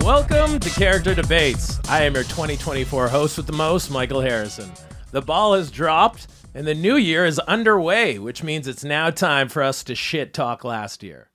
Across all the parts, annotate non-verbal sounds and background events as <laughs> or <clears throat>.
Welcome to Character Debates. I am your 2024 host with the most, Michael Harrison. The ball has dropped, and the new year is underway, which means it's now time for us to shit talk last year.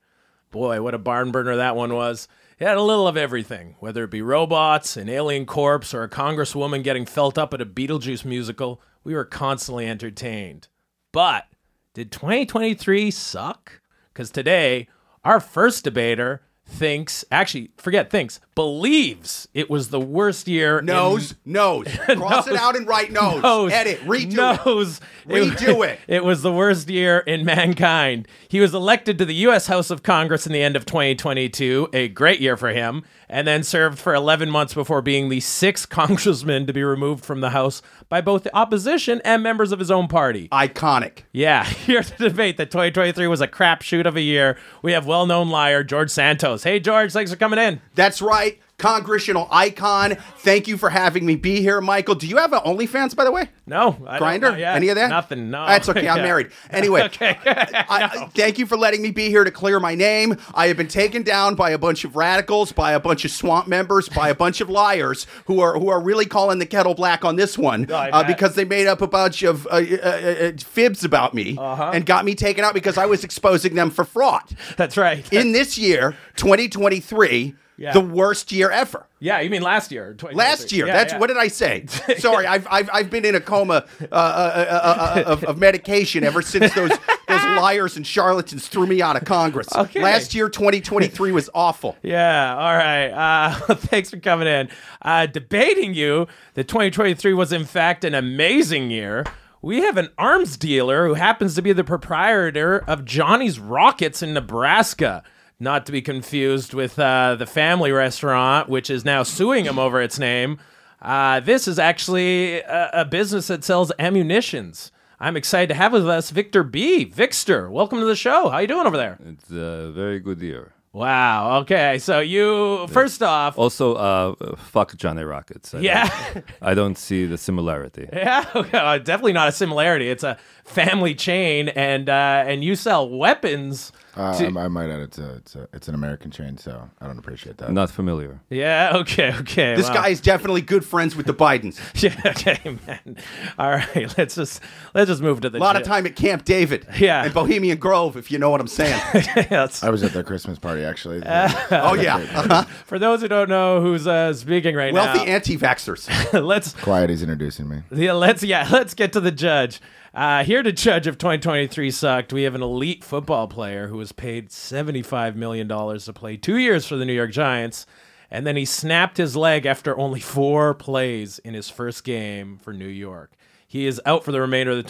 Boy, what a barn burner that one was. It had a little of everything, whether it be robots, an alien corpse, or a congresswoman getting felt up at a Beetlejuice musical, we were constantly entertained. But did 2023 suck? Because today, our first debater thinks, actually, forget thinks, believes it was the worst year. in- Nose, nose. <laughs> Cross it out and write nose. Nose. Edit, redo it. Nose. <laughs> Redo it. It was the worst year in mankind. He was elected to the U.S. House of Congress in the end of 2022, a great year for him, and then served for 11 months before being the sixth <laughs> congressman to be removed from the House by both the opposition and members of his own party. Iconic. Yeah, <laughs> here to debate that 2023 was a crapshoot of a year. We have well known liar George Santos. Hey, George, thanks for coming in. That's right. Congressional icon. Thank you for having me be here, Michael. Do you have an OnlyFans, by the way? No, I don't Grinder? know yet. Any of that? Nothing. No, That's okay. <laughs> I'm Yeah. married. Anyway, I, I- thank you for letting me be here to clear my name. I have been taken down by a bunch of radicals, by a bunch of swamp members, by a bunch of liars who are who are really calling the kettle black on this one I uh, bet. because they made up a bunch of uh, uh, uh, uh, fibs about me Uh-huh. and got me taken out because I was exposing them <laughs> for fraud. That's right. In this year, 2023, Yeah. the worst year ever. yeah, you mean last year? 2023. Last year. Yeah, that's yeah. what did <laughs> I say? Sorry, I've, I've I've been in a coma uh, uh, uh, uh, of, of medication ever since those <laughs> those liars and charlatans threw me out of Congress. Okay. Last year, 2023 was awful. <laughs> Yeah, all right. Uh, <laughs> thanks for coming in. Uh, debating you that 2023 was, in fact, an amazing year. We have an arms dealer who happens to be the proprietor of Johnny's Rockets in Nebraska, not to be confused with uh, the family restaurant, which is now suing him over its name. Uh, this is actually a, a business that sells ammunitions. I'm excited to have with us Victor B. Victor, welcome to the show. How you doing over there? It's a very good year. Wow. Okay. So you first Oh, off, Also, uh, fuck Johnny Rockets. I yeah, <laughs> Don't, I don't see the similarity. yeah. okay, Definitely not a similarity. It's a family chain, and uh, and you sell weapons. Uh, to- I, I might add it's a, it's a it's an American chain, so I don't appreciate that. Not familiar. Yeah. Okay. Okay. This wow. guy is definitely good friends with the Bidens. <laughs> Yeah. Okay, man. All right. <laughs> Let's just let's just move to the A lot of time at Camp David, Yeah. and Bohemian Grove, if you know what <laughs> I'm saying. Yes. I was at their Christmas party <laughs> actually. oh yeah, Uh-huh. For those who don't know who's uh, speaking right wealthy now, anti-vaxxers. <laughs> let's Quiet is introducing me. <laughs> Yeah, let's yeah, let's get to the judge. Uh, here to judge if 2023 sucked, we have an elite football player who was paid 75 million dollars to play two years for the New York Giants, and then he snapped his leg after only four plays in his first game for New York. He is out for the remainder of the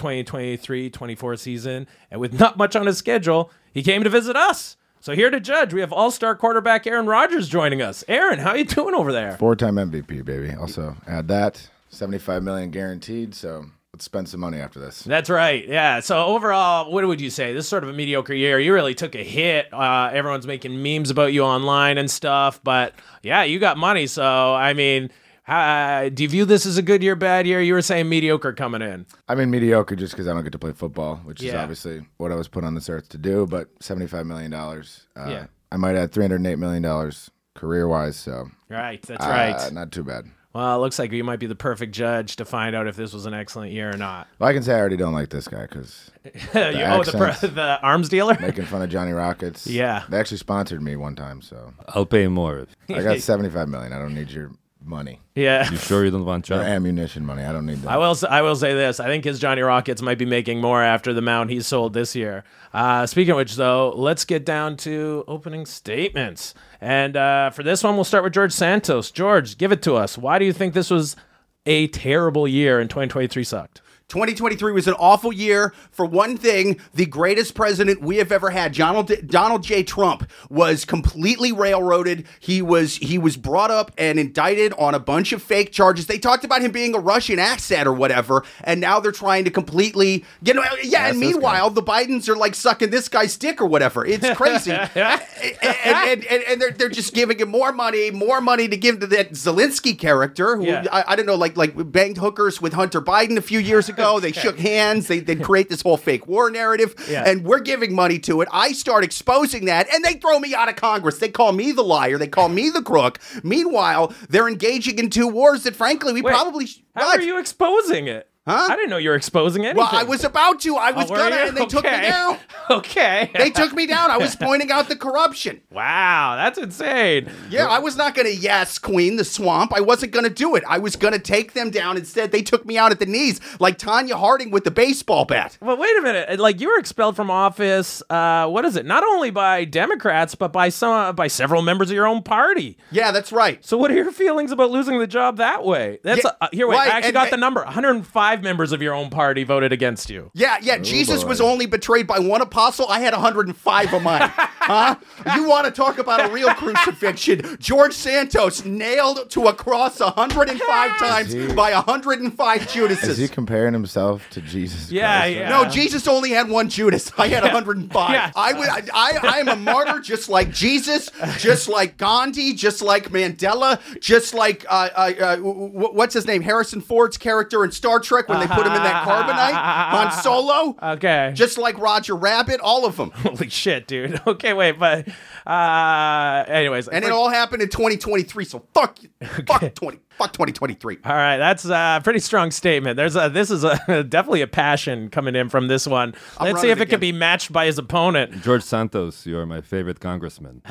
2023-24 season, and with not much on his schedule, he came to visit us. So here to judge, we have All-Star quarterback Aaron Rodgers joining us. Aaron, how you doing over there? Four-time MVP, baby. Also add that seventy-five million guaranteed. So let's spend some money after this. That's right. Yeah. So overall, what would you say? This is sort of a mediocre year. You really took a hit. Uh, everyone's making memes about you online and stuff. But yeah, you got money. So I mean, uh, do you view this as a good year, bad year? You were saying mediocre coming in. I mean mediocre just because I don't get to play football, which is Yeah. obviously what I was put on this earth to do. But seventy-five million dollars. Uh, Yeah. I might add three hundred eight million dollars career-wise. So Right. That's uh, right. not too bad. Well, it looks like you might be the perfect judge to find out if this was an excellent year or not. <laughs> Well, I can say I already don't like this guy because You- oh, the, per- accents. the arms dealer. making fun of Johnny Rockets. Yeah. they actually sponsored me one time, so. I'll pay more. I got 75 million. I don't need your money. <laughs> Yeah. You sure you don't want Your Johnny? ammunition money. I don't need that. I will. s- I will say this. I think his Johnny Rockets might be making more after the amount he sold this year. Uh, speaking of which, though, let's get down to opening statements. And uh, for this one, we'll start with George Santos. George, give it to us. Why do you think this was a terrible year and 2023 sucked? 2023 was an awful year. For one thing, the greatest president we have ever had, Donald Donald J. Trump, was completely railroaded. He was he was brought up and indicted on a bunch of fake charges. They talked about him being a Russian accent or whatever, and now they're trying to completely you know yeah. and this guy. meanwhile, Oh, the Bidens are like sucking this guy's dick or whatever. It's <laughs> crazy, and, and, and, and they're they're just giving him more money, more money to give to that Zelensky character who Yeah. I, I don't know like like banged hookers with Hunter Biden a few <laughs> years ago. They shook hands. They, they create this whole fake war narrative, Yeah. and we're giving money to it. I start exposing that, and they throw me out of Congress. They call me the liar. They call me the crook. Meanwhile, they're engaging in two wars that, frankly, we Wait, probably sh- How what? are you exposing it? Huh? I didn't know you were exposing anything. Well, I was about to. I was Oh, were gonna, you? and they took me Okay. down. <laughs> okay. They took me down. I was pointing out the corruption. wow, that's insane. Yeah, I was not going to yes queen the swamp. I wasn't going to do it. I was going to take them down. Instead, they took me out at the knees like Tanya Harding with the baseball bat. But wait a minute! uh, Like you were expelled from office. Uh, what is it? Not only by Democrats, but by some uh, by several members of your own party. Yeah, that's right. So what are your feelings about losing the job that way? That's Yeah, uh, here. Wait, right, I actually and- got the and- number. 105 members of your own party voted against you. Yeah, yeah. Jesus Oh, boy. was only betrayed by one apostle. I had 105 of <laughs> mine. huh? You want to talk about a real crucifixion? George Santos nailed to a cross 105 times Is he- by 105 Is he Judases. comparing himself to Jesus? Yeah, Christ? yeah. No, Jesus only had one Judas. I had 105. Yeah. I would. I, I, I am a martyr, just like Jesus, just like Gandhi, just like Mandela, just like uh, uh, uh, w- w- what's his name, Harrison Ford's character in Star Trek when they put him in that carbonite on Solo. Uh-huh. Okay. Just like Roger Rabbit, all of <laughs> them. Holy shit, dude. <laughs> Okay, wait, but uh, anyways, And it all happened in 2023. So fuck, you. fuck 20, fuck 2023. All right, that's a pretty strong statement. There's a this is a <laughs> definitely a passion coming in from this one. Let's see running if it can again. be matched by his opponent. George Santos, you are my favorite congressman.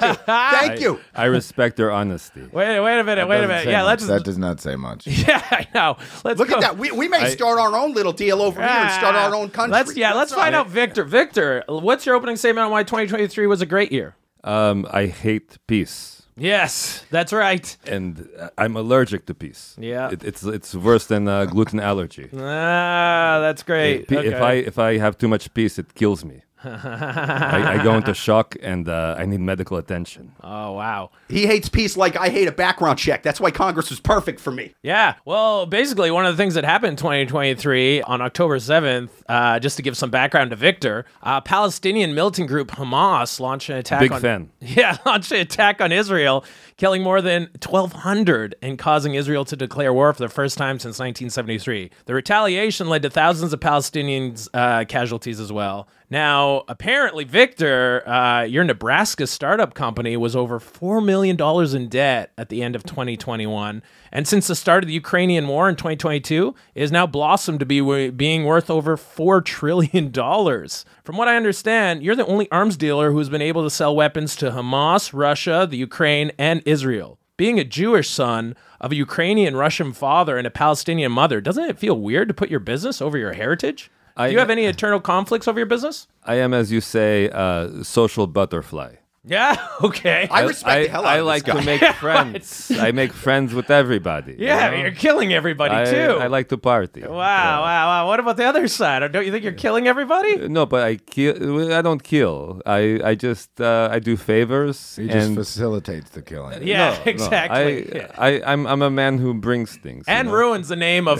Thank you. <laughs> I respect your honesty. Wait, wait a minute, wait a Doesn't minute. say Yeah, much. let's. That does not say <laughs> much. yeah, I know. Let's Look go. at that. We, we may start our own little deal over here and start our own country. Ah, Let's yeah, let's find out, Victor. Victor, what's your opening statement on why 2023 was a great year? Um, I hate peace, Yes, that's right. and I'm allergic to peace. Yeah. it, it's it's worse than uh, <laughs> gluten allergy. Ah, that's great. If, pe- if Okay. I if I have too much peace, it <laughs> kills me. I, I go into shock, and uh, I need medical attention. oh wow. He hates peace like I hate a background check. That's why Congress was perfect for me. Yeah. Well, basically, one of the things that happened in 2023 on October 7th, uh, just to give some background to Victor, uh, Palestinian militant group Hamas launched an attack. Big on, fan. <laughs> Yeah, launched an attack on Israel, killing more than 1,200 and causing Israel to declare war for the first time since 1973. The retaliation led to thousands of Palestinians uh, casualties as well. Now, apparently, Victor, uh, your Nebraska startup company was over $4 million in debt at the end of 2021. And since the start of the Ukrainian war in 2022, it has now blossomed to be w- being worth over $4 <laughs> trillion. From what I understand, you're the only arms dealer who's been able to sell weapons to Hamas, Russia, the Ukraine, and Israel. Being a Jewish son of a Ukrainian Russian father and a Palestinian mother, doesn't it feel weird to put your business over your heritage? I- Do you have any eternal conflicts over your business? I am, as you say, uh, social butterfly. <laughs> Yeah. Okay. I respect the hell out I of like this guy. to make <laughs> friends. I make friends with everybody. you yeah, know? you're killing everybody I, too. I like to party. Wow, wow, wow. What about the other side? Don't you think you're killing everybody? No, but I kill. I don't kill. I I just uh, I do favors. He just and Oh, facilitates the <laughs> killing. Yeah, No, exactly. I, I I'm I'm a man who brings things. you and know? ruins the name of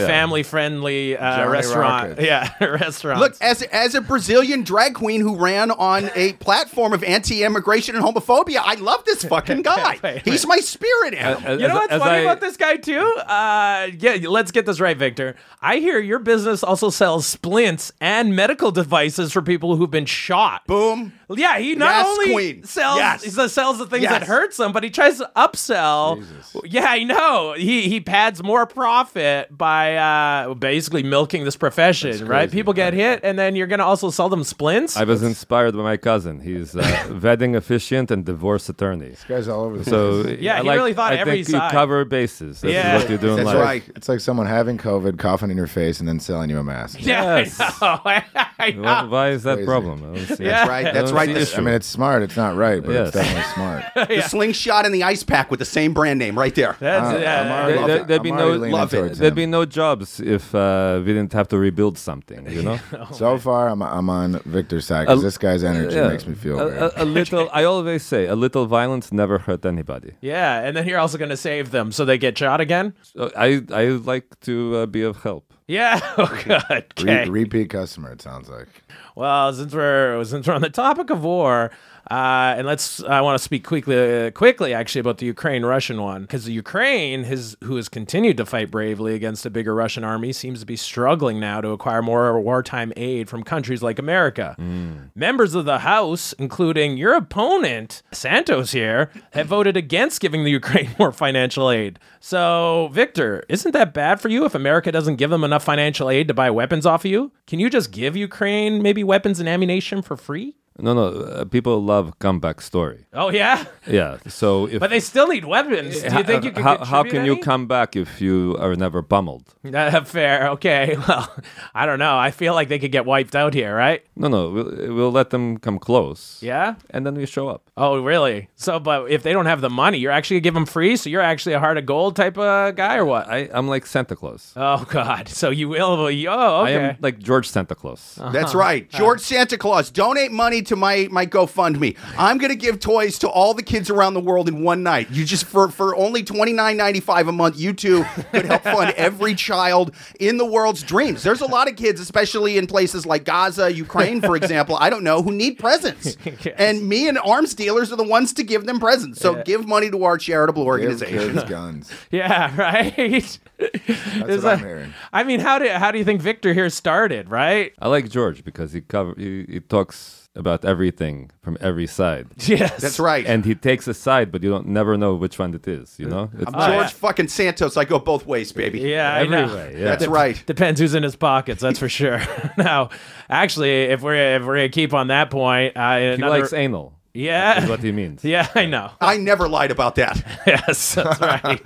family-friendly uh, Johnny restaurant. <laughs> Rockets. Yeah, restaurant. Look, as as a Brazilian drag queen who ran on a platform of anti-immigration and homophobia, I love this fucking guy. Wait, wait. He's my spirit animal. As- you know as- what's as funny I- about this guy too? Uh, yeah, let's get this right, Victor. I hear your business also sells splints and medical devices for people who've been shot. Boom. Yeah, he not Yes, only queen. sells Yes. he s- sells the things that Yes. hurt some, but he tries to upsell. Yeah, I know. He he pads more profit by uh, basically milking this profession, right? crazy. People get hit, and then you're gonna also sell them splints. I was inspired by my cousin. He's a <laughs> wedding officiant and divorce attorney. This guy's all over the So place. Yeah, I he like- really thought I every think side. you cover bases. That's Yeah. what you do in That's life. right. It's like someone having COVID, coughing in your face, and then selling you a mask. <laughs> yeah, Yes. I know. I know. Why, why is that Crazy. problem? I don't see it. Yeah. That's right. I That's don't right. see The, issue. I mean, it's smart. It's not right, but Yes. it's definitely smart. the slingshot and the ice pack with the same brand name right there. That's Uh, yeah. I'm already- There, Love there, it. there'd be I'm no already leaning love it. towards There'd him. be no jobs if uh, we didn't have to rebuild something. You <laughs> know, so far, I'm, I'm on Victor's side because A- this guy's energy Yeah. Uh, makes me feel a, weird. a- a little. I always say a little violence never hurt anybody. yeah, and then you're also gonna save them so they get shot again. So I I like to uh, be of help. Yeah. <laughs> Oh, God. Re- Okay. repeat customer, it sounds like. Well, since we're since we're on the topic of war, uh, and let's I want to speak quickly quickly actually about the Ukraine Russian one because Ukraine has who has continued to fight bravely against a bigger Russian army seems to be struggling now to acquire more wartime aid from countries like America. Mm. Members of the House, including your opponent Santos here, have voted against giving the Ukraine <laughs> more financial aid. So, Victor, isn't that bad for you if America doesn't give them enough financial aid to buy weapons off of you? Can you just give Ukraine maybe weapons and ammunition for free? No, no. Uh, people love comeback story. Oh yeah, <laughs> Yeah. So if but they still need weapons. Do you think you can? how, how can contribute you any? come back if you are never pummeled? Uh, <laughs> fair. Okay. Well, I don't know. I feel like they could get wiped out here, right? No, no. We'll, we'll let them come close. Yeah. And then we show up. Oh, really? So, but if they don't have the money, you're actually gonna give them free. So you're actually a heart of gold type of guy, or what? I, I'm like Santa Claus. Oh <laughs> God. So you will. Oh, okay. I am like George Santa Claus. Uh-huh. That's right. George Santa Claus, donate money to my my GoFundMe. I'm gonna give toys to all the kids around the world in one night. You just for for only twenty nine ninety five a month, you two could help fund every child in the world's dreams. There's a lot of kids, especially in places like Gaza, Ukraine, for example. I don't know who need presents, <laughs> Yes. and me and arms dealers are the ones to give them presents. So give money to our charitable Give organization. kids guns. Yeah, <laughs> right. That's what I'm hearing. I mean, how do how do you think Victor here started? Right? <laughs> I like George because he cover he, he talks about everything from every side, Yes. That's right. and he takes a side, but you don't never know which one it is. Uh, You know, it's I'm George fucking Santos. I go both ways, baby. Oh, Yeah, I know. everywhere. Yeah. That's right. Depends who's in his pockets, that's for sure. <laughs> now, actually, if we're if we're gonna keep on that point, uh, He another, likes anal. Is yeah, what he <laughs> means. yeah, I know. <laughs> I never lied about that. Yes, that's right.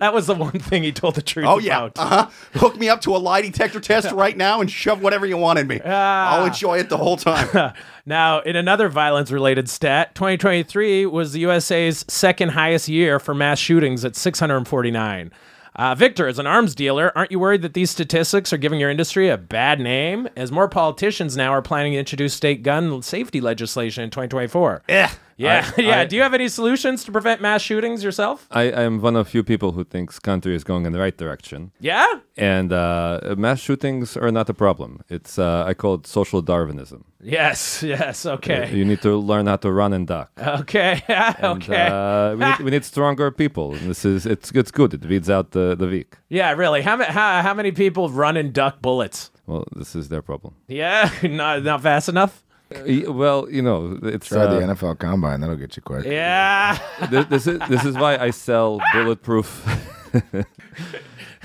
that was the one thing he told the truth Oh yeah, about. uh-huh. hook me up to a lie detector test right now and shove whatever you want in me. I'll enjoy it the whole time. Now, in another violence related stat, 2023 was the USA's second highest year for mass shootings at 649. Uh, Victor, as an arms dealer, aren't you worried that these statistics are giving your industry a bad name? As more politicians now are planning to introduce state gun safety legislation in 2024. Eh. Yeah, yeah. I- <laughs> Do you have any solutions to prevent mass shootings yourself? I, I am one of few people who thinks country is going in the right direction, Yeah. and uh, mass shootings are not a problem. It's uh, I call it social Darwinism. Yes. <laughs> Yes. Okay. You need to learn how to run and duck. Okay. <laughs> And, okay. Uh, we, need, we <laughs> need stronger people. And this is it's it's good. It weeds out the the weak. yeah. Really. How, ma- how how many people run and duck bullets? Well, this is their problem. Yeah. <laughs> Not not fast enough. Y- Well, you know, it's Try uh, the NFL combine. That'll get you quick. Yeah. th- this is this is why I sell bulletproof.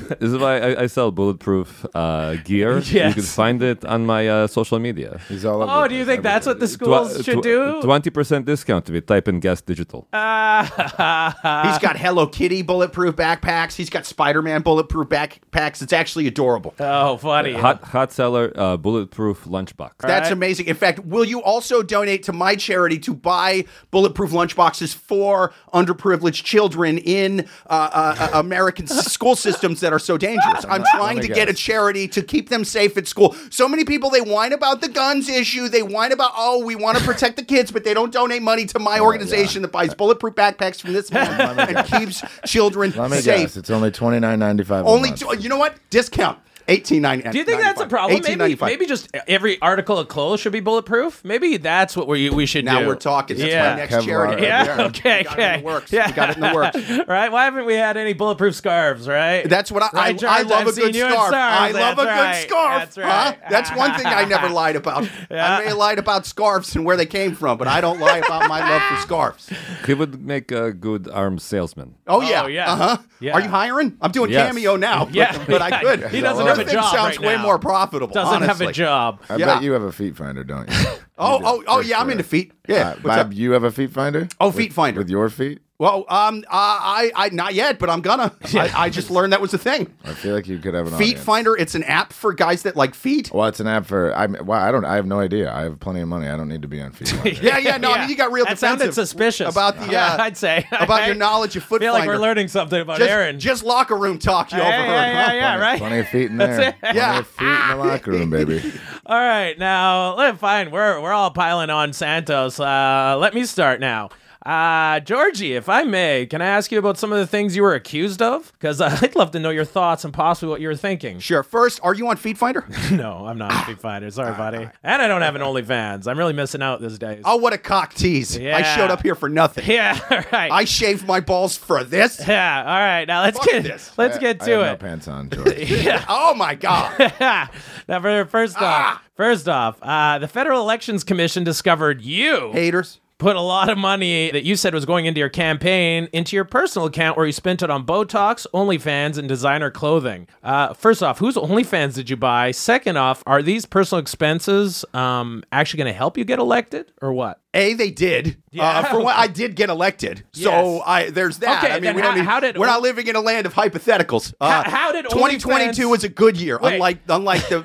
<laughs> this is why I, I sell bulletproof uh, <laughs> gear. You can Yes. find it on my uh, social media. He's all over. <laughs> Oh, the do you place. think that's what the schools should do? Uh, Twenty percent discount if you type in Gas Digital. He's got Hello Kitty bulletproof backpacks. He's got Spider Man bulletproof backpacks. It's actually adorable. oh, funny. Hot hot seller uh, bulletproof lunchbox. That's right. amazing. In fact, will you also donate to my charity to buy bulletproof lunchboxes for underprivileged children in uh, uh, uh, American s- school systems that are so dangerous? I'm trying to get a charity to keep them safe at school. So many people they whine about the guns issue. They whine about oh we want to protect the kids, but they don't donate money to Oh, my organization that buys bulletproof backpacks from <laughs> this man me and keeps children Let me safe. guess. It's only twenty nine ninety five. Only do- you know what discount. Eighteen ninety. do you think that's a problem? Maybe, maybe just every article of clothes should be bulletproof. Maybe that's what we we should Now do. we're talking. That's Yeah. my next Kevlar. <laughs> charity. Yeah. Yeah. Okay. We got okay. it in the works. Yeah. We got it in the <laughs> works. right. Why haven't we had any bulletproof scarves? Right. That's what I, Right, I, I George, love I've a seen good you in scarf. I scarves. love a That's good right. scarf. That's huh? right. That's one thing I never lied about. I may lied about scarves and where they came from, but I don't lie about my love <laughs> for scarves. He would make a good arms salesman. Oh yeah. yeah. Uh huh. Yeah. Are you hiring? I'm doing Yes. cameo now. but- Yeah. But, I could. He doesn't Your have a thing job Sounds right way now. more profitable. <laughs> Doesn't have a honestly. job. I Yeah. bet you have a feet finder, don't <laughs> you? Oh You do, oh oh for yeah. I'm sure. into feet. Yeah. Uh, What's Bob, up? you have a feet finder? Oh, With- feet finder. with your feet. Well, um, I, I, I, not yet, but I'm <laughs> gonna. I, I just learned that was a thing. I feel like you could have an Feet audience. Finder. It's an app for guys that like feet. Well, it's an app for. I mean, well, I don't. I have no idea. I have plenty of money. I don't need to be <laughs> on Feet Finder. Yeah, <laughs> yeah. No, I Yeah. mean you got real That defensive sounded suspicious about the. <laughs> Uh, yeah, I'd say <laughs> about your knowledge <laughs> of I foot feel like finder. we're learning something about Just, Aaron. just locker room talk you yeah, overheard. yeah, yeah, huh? yeah, right. Plenty of feet in there. Plenty Yeah. of feet in the locker <laughs> room, baby. All right, now let fine. We're we're all piling on Santos. Uh, let me start now. Uh, Georgie, if I may, can I ask you about some of the things you were accused of? Because <laughs> I'd love to know your thoughts and possibly what you were thinking. Sure. First, are you on <laughs> Feed Finder? no, I'm not a <coughs> Street Fighter. Sorry, buddy. And I don't have an OnlyFans. I'm really missing out these days. oh, what a cock tease. I Yeah. showed up here for nothing. <laughs> yeah, all right. I shaved my balls for this. <laughs> yeah, all right. Now let's Fuck get this. let's I- get I to have it. No pants <laughs> on, George. oh my god. <laughs> now, for, first off, first off, uh, the Federal Elections Commission discovered you Haters. put a lot of money that you said was going into your campaign into your personal account, where you spent it on Botox, OnlyFans, and designer clothing. Uh, first off, whose OnlyFans did you buy? Second off, are these personal expenses um, actually going to help you get elected, or what? A, they did. Uh, for what I did get elected, so Yes. I there's that. Okay, I mean, then we don't how- need, how did- we're not living in a land of hypotheticals. Uh, how did 2022 OnlyFans- was a good year, Wait. unlike unlike the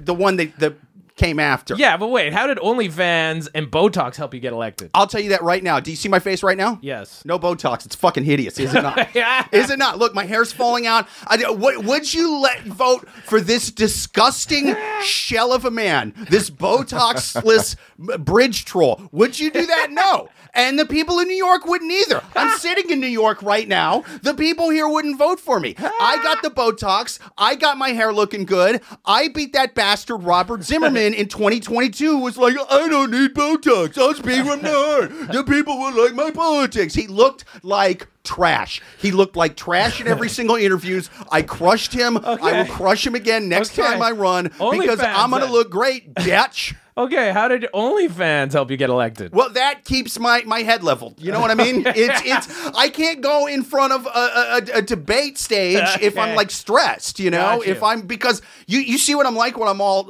the one that, that came after. Yeah, but wait, how did OnlyFans and Botox help you get elected? I'll tell you that right now. Do you see my face right now? Yes. No Botox. It's fucking hideous, is it not? Yeah. Is it not? Look, my hair's falling out. I, would, would you let vote for this disgusting shell of a man, this Botoxless <laughs> m- bridge troll? Would you do that? No. And the people in New York wouldn't either. I'm sitting in New York right now. The people here wouldn't vote for me. I got the Botox. I got my hair looking good. I beat that bastard Robert Zimmerman in 2022. Was like, I don't need Botox. I'll speak from the heart. The people will like my politics. He looked like trash. He looked like trash <laughs> in every single interviews. I crushed him. I will crush him again next Okay. time I run Only because fans I'm gonna then. look great, bitch. Okay, how did OnlyFans help you get elected? <laughs> Well, that keeps my, my head leveled. You know what I <laughs> mean? It's it's I can't go in front of a, a, a- a debate stage <laughs> if I'm Okay. like stressed. You know, Got you. if I'm because you you see what I'm like when I'm all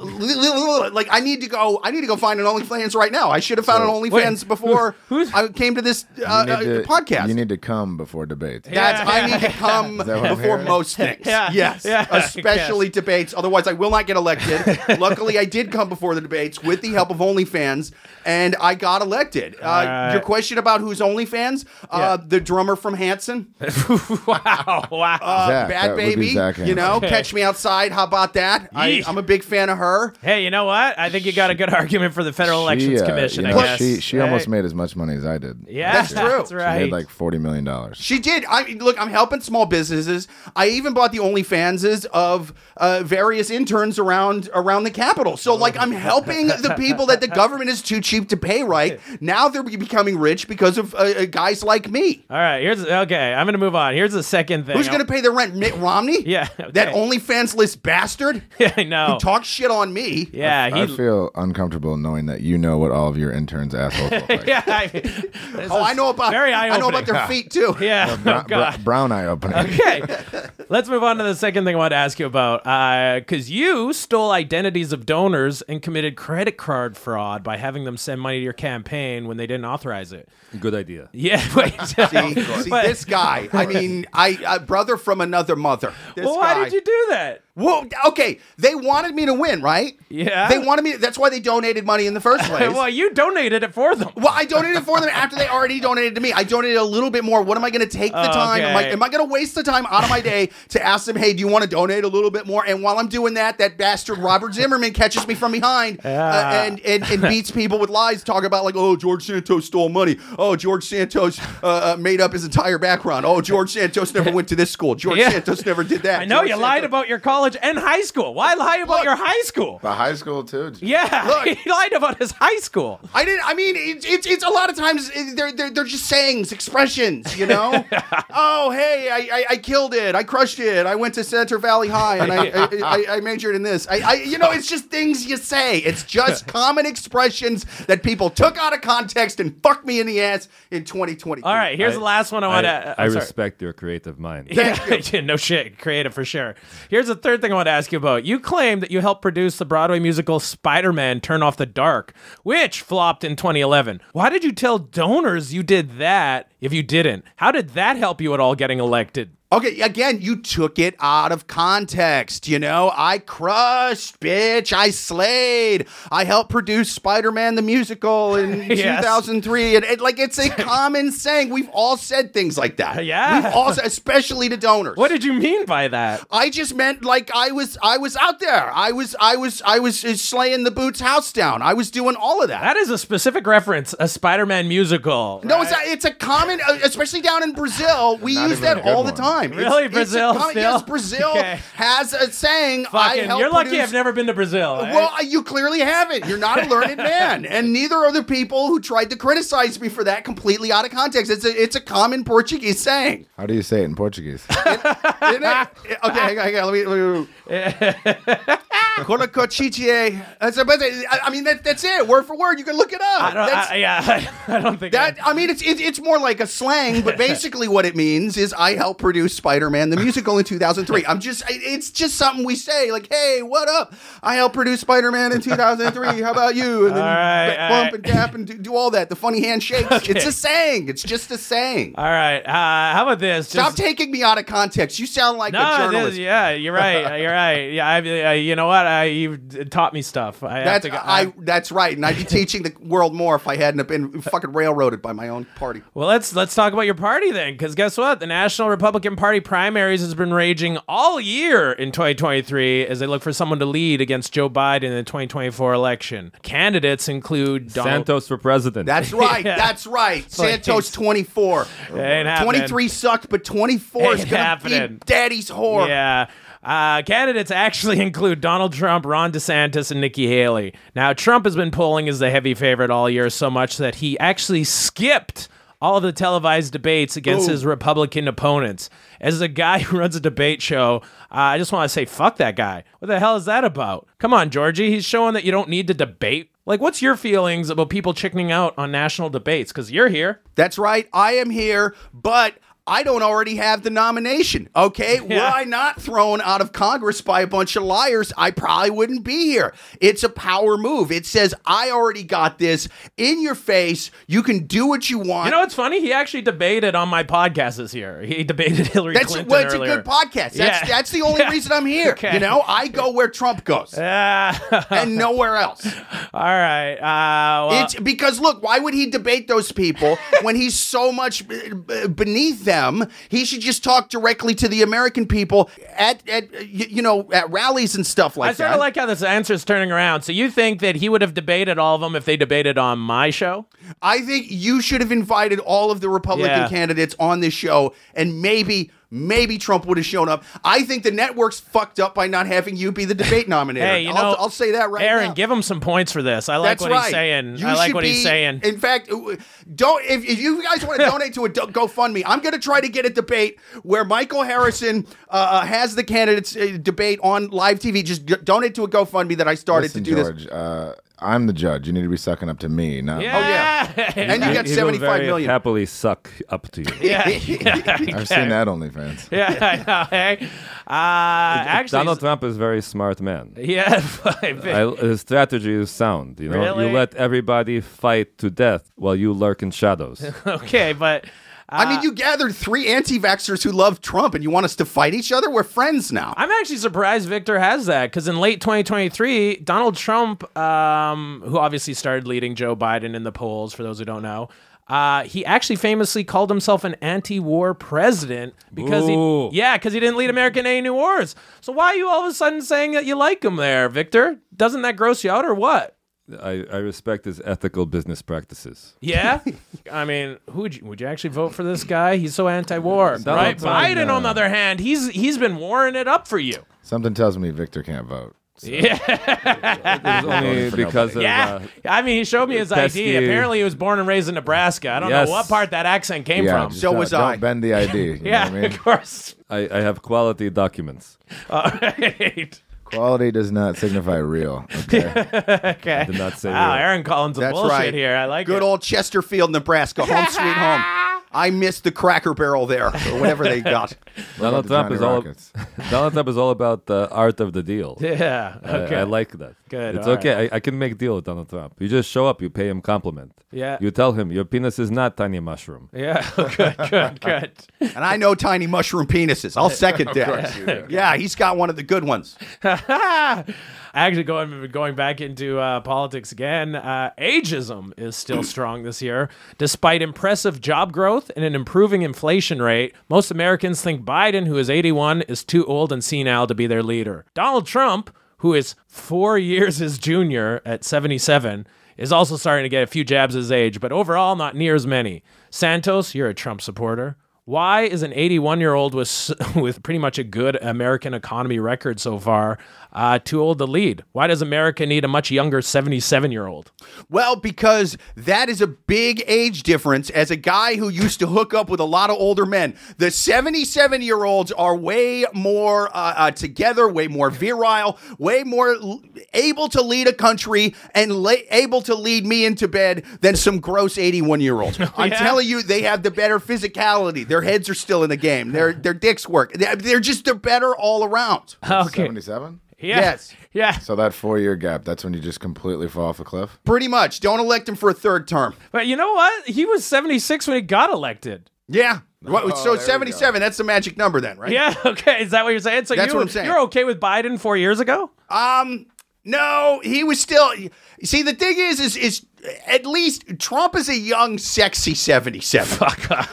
like I need to go I need to go find an OnlyFans right now. I should have found an <laughs> OnlyFans before who's- I came to this uh, uh, You need to- podcast. You need to come before debates. That's <laughs> I need to come that what I'm before hearing? most things. Yeah. Yes, Yeah. especially debates. Otherwise, I will not <laughs> get elected. Luckily, I did come before the debates with the help of OnlyFans, and I got elected. Uh, right. Your question about who's OnlyFans? Uh, The drummer from Hanson, uh, wow, wow. Zach, that Bad would be Baby. Zach You know, Hanson. Catch Me Outside. How about that? I, Yeesh. I'm a big fan of her. hey, you know what? I think you got a good argument for the Federal Elections She, uh, Commission, you I know, guess. She, she Hey. almost made as much money as I did. Yeah, That's true. That's She right. She made like $40 million. dollars. She did. I mean, look. I'm helping small businesses. I even bought the OnlyFanses of uh, various interns around around the capital. So like, I'm helping the <laughs> people that the government is too cheap to pay. Right now, they're becoming rich because of uh, uh, guys like me. All right, here's okay. I'm gonna move on. Here's the second thing. Who's going to pay their rent? Mitt Romney? <laughs> Yeah, okay. That OnlyFans list bastard Yeah, <laughs> I know. who talks shit on me. yeah, he. I feel uncomfortable knowing that you know what all of your interns' <laughs> assholes look <laughs> like. yeah. I, Oh, I know about. Very I know about eye-opening. <laughs> their feet too. <laughs> yeah. Bro- Oh God. bro- brown eye opening. <laughs> Okay. Let's move on to the second thing I want to ask you about. Because you stole identities of donors and committed credit card fraud by having them send money to your campaign when they didn't authorize it. <laughs> Good idea. Yeah. Wait. See, see, but- this guy. I mean, I, I brother from another mother. This well, why guy. did you do that? Well, okay, they wanted me to win, right? Yeah. They wanted me. that's why they donated money in <laughs> the first place. Well, you donated it for them. Well, I donated for them after they already donated to me. I donated a little bit more. What am I going to take the time? Am I, Okay. am I going to waste the time out of my day to ask them, hey, do you want to donate a little bit more? And while I'm doing that, that bastard Robert Zimmerman catches me from behind uh, Yeah. and, and, and beats people with lies, talk about like, oh, George Santos stole money. Oh, George Santos uh, uh, made up his entire background. Oh, George <laughs> Santos never went to this school. George Yeah. Santos never did that. I know George you lied Santos- about your college and high school. Why lie about Look. your high school? But high school, too. <laughs> Yeah, Look. he lied about his high school. I didn't. I mean, it, it's it's a lot of times it- they're they're, they're just sayings, expressions, you know. <laughs> oh, hey, I, I I killed it. I crushed it. I went to Center Valley High and I I, I, I majored in this. I, I you know, it's just things you say. It's just common expressions that people took out of context and fucked me in the ass in 2020. All right, here's I- the last one I want I, to. I respect your creative mind. <laughs> <laughs> Yeah, no shit, creative for sure. Here's the third thing I want to ask you about. You claim that you helped produce the Broadway musical Spider-Man: Turn Off the Dark, which flopped in 2011. Why did you tell donors you did that if you didn't? How did that help you at all getting elected? Okay, again, you took it out of context. You know, I crushed, bitch. I slayed. I helped produce Spider Man the musical in <laughs> Yes. 2003. And, and, like, <laughs> it's a common saying. We've all said things like that. Yeah. We've all, said- especially to donors. What did you mean by that? I just meant like I was I was out there. I was I was I was uh, slaying the boots house down. I was doing all of that. That is a specific reference, a Spider-Man musical. no, it's a, it's a common, uh, especially down in Brazil. We Not use even that a good all the one. time. It's- Really? it's a Brazil common- still? Yes, Brazil Okay. has a saying. I Fucking, help you're lucky produce- I've never been to Brazil. eh? Well, uh, you clearly haven't. You're not a learned man, and neither are the people who tried to criticize me for that completely out of context. It's a it's a common Portuguese saying. How do you say it <laughs> in Portuguese? Isn't it? okay, hang on, hang on, let me. Let me <laughs> Colocochichie. That's about it. I I mean, that, that's it, word for word. You can look it up. I don't, That's- I, yeah, <laughs> I don't think that I, I mean, it's it, it's more like a slang, <laughs> but basically what it means is I helped produce Spider-Man the musical in 2003. I'm just, I- it's just something we say, like, hey, what up? I helped produce Spider-Man in 2003. How about you? And then All right, you ba- all bump right. and gap and do, do all that. The funny handshakes. It's a saying. It's just a saying. All right. Uh, how about this? Stop Just- taking me out of context. You sound like a No, journalist. it is, yeah, you're right. uh, You're <laughs> right. Yeah, I, I, you know what? I, you've taught me stuff. I have That's to go. I. That's right, and I'd be teaching the world more if I hadn't been fucking railroaded by my own party. Well, let's let's talk about your party then, because guess what? The National Republican Party primaries has been raging all year in 2023 as they look for someone to lead against Joe Biden in the 2024 election. Candidates include Donald. Santos for <laughs> president. That's right. Yeah. That's right. like Santos he's- twenty four. Ain't happening. Twenty three sucked, but twenty four is Ain't gonna happening. be daddy's whore. Yeah. Uh, candidates actually <laughs> include Donald Trump, Ron DeSantis, and Nikki Haley. Now, Trump has been polling as the heavy favorite all year so much that he actually skipped all of the televised debates against his Republican opponents. As a guy <laughs> who runs a debate show, uh, I just want to say, fuck that guy. What the hell is that about? Come on, Georgie. He's showing that you don't need to debate. Like, what's your feelings about people chickening out on national debates? Because you're here. That's right. I am here, but I don't already have the nomination. <laughs> Okay. Were Yeah. I not thrown out of Congress by a bunch of liars, I probably wouldn't be here. It's a power move. It says, I already got this in your face. You can do what you want. You know, it's funny. He actually debated on my podcast this year. He debated <laughs> Hillary that's Clinton well, it's earlier. a good podcast. That's, Yeah. that's the <laughs> only Yeah. reason I'm here. Okay. You know, I go where <laughs> Trump goes Ah, and nowhere else. all right. Uh, well, It's because look, why would he debate <laughs> those people when he's so much b- b- beneath them? He should just talk directly to the American people at at y- you know at rallies and stuff like I sort that. of like how this answer is turning around. So you think that he would have debated all of them if they debated on my show? I think you should have invited all of the Republican Yeah. candidates on this show, and maybe. Maybe Trump would have shown up. I think the network's fucked up by not having you be <laughs> the debate nominator. Hey, you I'll, know, I'll say that right Aaron, now. give him some points for this. I like That's what right. he's saying. You I like should what be- he's saying. In fact, don't if, if you guys <laughs> want to donate to a do- GoFundMe, I'm going to try to get a debate where Michael Harrison uh, uh, has the candidates uh, debate on live TV. Just d- donate to a GoFundMe that I started Listen, to do this. George, uh, I'm the judge. You need to be sucking up to me, not yeah. Oh, And you got He will 75 very million. Happily suck up to you. yeah. yeah. I've seen that OnlyFans. <laughs> Yeah, I know, hey? Uh, actually, Donald Trump is a very smart man. <laughs> yeah, I I, think- his strategy is sound. You know, Really? you let everybody fight to death while you lurk <laughs> in shadows. okay, but I mean, you gathered three anti-vaxxers who love Trump, and you want us to fight each other? We're friends now. I'm actually surprised Victor has that because in late 2023, Donald Trump, um, who obviously started leading Joe Biden in the polls, for those who don't know, uh, he actually famously called himself an anti-war president because Boo. he, yeah, because he didn't lead America in any new wars. So why are you all of a sudden saying that you like him there, Victor? Doesn't that gross you out or what? I, I respect his ethical <laughs> business practices. Yeah, I mean, who would you, would you actually vote for this guy? He's so anti-war, right? Trump, Biden, no. on the other hand, he's he's been warring it up for you. Something tells me Victor can't vote. So It's only for because of Yeah, uh, I mean, he showed me his pesky- ID. Apparently, he was born and raised in Nebraska. I don't Yes. know what part that accent came yeah, from. <laughs> just So don't- was don't I. bend the ID. You know yeah, what I mean? of course. <laughs> I, I have quality documents. All right. Quality does not <laughs> signify real. Okay. Okay. <laughs> Did not say wow, real. Aaron Collins some That's bullshit right here. I like Good it. <laughs> old Chesterfield, Nebraska, home sweet home. I missed the Cracker Barrel there or whatever they <laughs> got. Donald the Trump Johnny is all Rockets? <laughs> Donald Trump is all about the art of the <laughs> deal. Yeah. I- Okay. I, like that. Good, It's all right. okay. I, I can make deal with Donald Trump. You just show up. You pay him compliment. Yeah. You tell him your penis is not tiny mushroom. Yeah. <laughs> good. Good. Good. And I know tiny mushroom penises. I'll second that. Yeah, he's got one of the good ones. <laughs> Actually, going going back into uh, politics again, uh, ageism is still strong this year. Despite impressive job growth and an improving inflation rate, most Americans think Biden, who is 81, is too old and senile to be their leader. Donald Trump, who is four <laughs> years his junior at 77, is also starting to get a few jabs at his age, but overall, not near as many. Santos, you're a Trump supporter. Why is an 81 year old with s- <laughs> with pretty much a good American economy record so far uh, too old to lead? Why does America need a much younger 77 year old? Well, because that is a big age difference as a guy who used to hook up with a lot of older men. The 77 year olds are way more uh, uh, together, way more virile, way more l- able to lead a country and la- able to lead me into bed than some gross 81 year olds. I'm Yeah. telling you, they have the better physicality. Their heads are still in the game, their, their dicks work. They're they're just they're better all around. <laughs> Okay. 77? Yes. Yeah. So that four year gap, that's when you just completely fall off a cliff? Pretty much. Don't elect him for a third term. But you know what? He was 76 when he got elected. <laughs> Yeah. What- Oh, there so we go. 77, that's the magic number then, right? Yeah. Okay. Is that what you're saying? So That's you, what I'm saying. you're okay with Biden four years ago? <laughs> Um, no, he was still. See, the thing is, is is at least Trump is a young, sexy seventy-seven.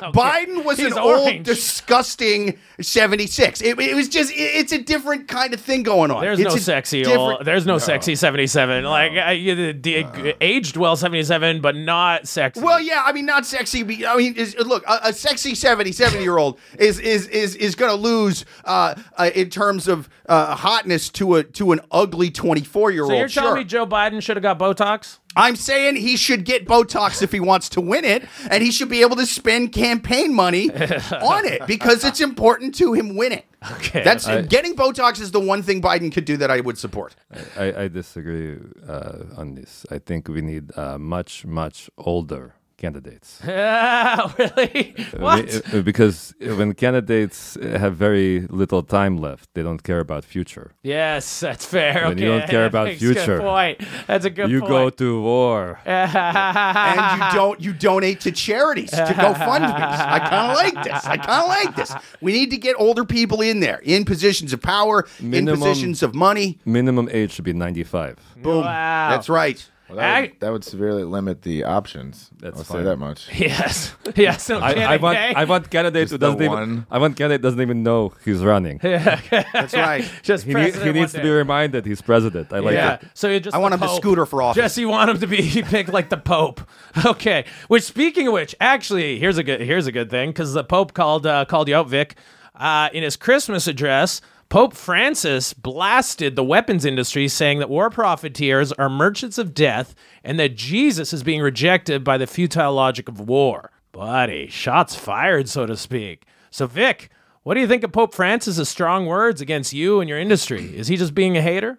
Biden was He's an orange. old, disgusting seventy-six. It, it was just, it- it's a different kind of thing going on. There's It's no a sexy different- old. There's no, sexy 77. Like uh, you, the, the, aged well 77, but not sexy. Well, yeah, I mean, not sexy. be- I mean, is, look, a, a sexy 77 year old is is is is going to lose uh, uh, in terms of uh, hotness to a to an ugly 24 year old. So you're sure. telling me Joe Biden should have got Botox? I'm saying he should get Botox if he wants to win it, and he should be able to spend <laughs> campaign money on it because it's important to him winning. Okay. Uh, That's getting Botox is the one thing Biden could do that I would support. I, I disagree uh, on this. I think we need uh, much, much older candidates. Ah, really? <laughs> What? Uh, Because when candidates uh, have very little time left, they don't care about future. yes, that's fair. Then okay. you don't care that <laughs> about makes future. Good point. That's a good you point. <laughs> go to war. And you don't you donate to charities to go fund these. I kind of like this. I kind of like this. We need to get older people in there, in positions of power, Minimum- in positions of money. Minimum age should be 95. Boom. Wow. That's right. Well, that, I- would, that would severely limit the options. That's I'll fine. say that much. Yes. <laughs> Yes. No I, kidding, I want eh? I want candidate who Just the doesn't even one. I want candidate doesn't even know he's running. That's right. Just He, need, president he one needs to day. be reminded he's president. I like yeah. it. So you just I want the him to Pope. scooter for office. Yes, you want him to be <laughs> picked like the Pope. <laughs> Okay. Which, speaking of which, actually, here's a good here's a good thing because the Pope called uh, called you out, Vic, uh, in his Christmas address. Pope Francis blasted the weapons industry, saying that war profiteers are merchants of death and that Jesus is being rejected by the futile logic of war. Buddy, shots fired, so to speak. So, Vic, what do you think of Pope Francis's strong words against you and your industry? Is he just being a hater?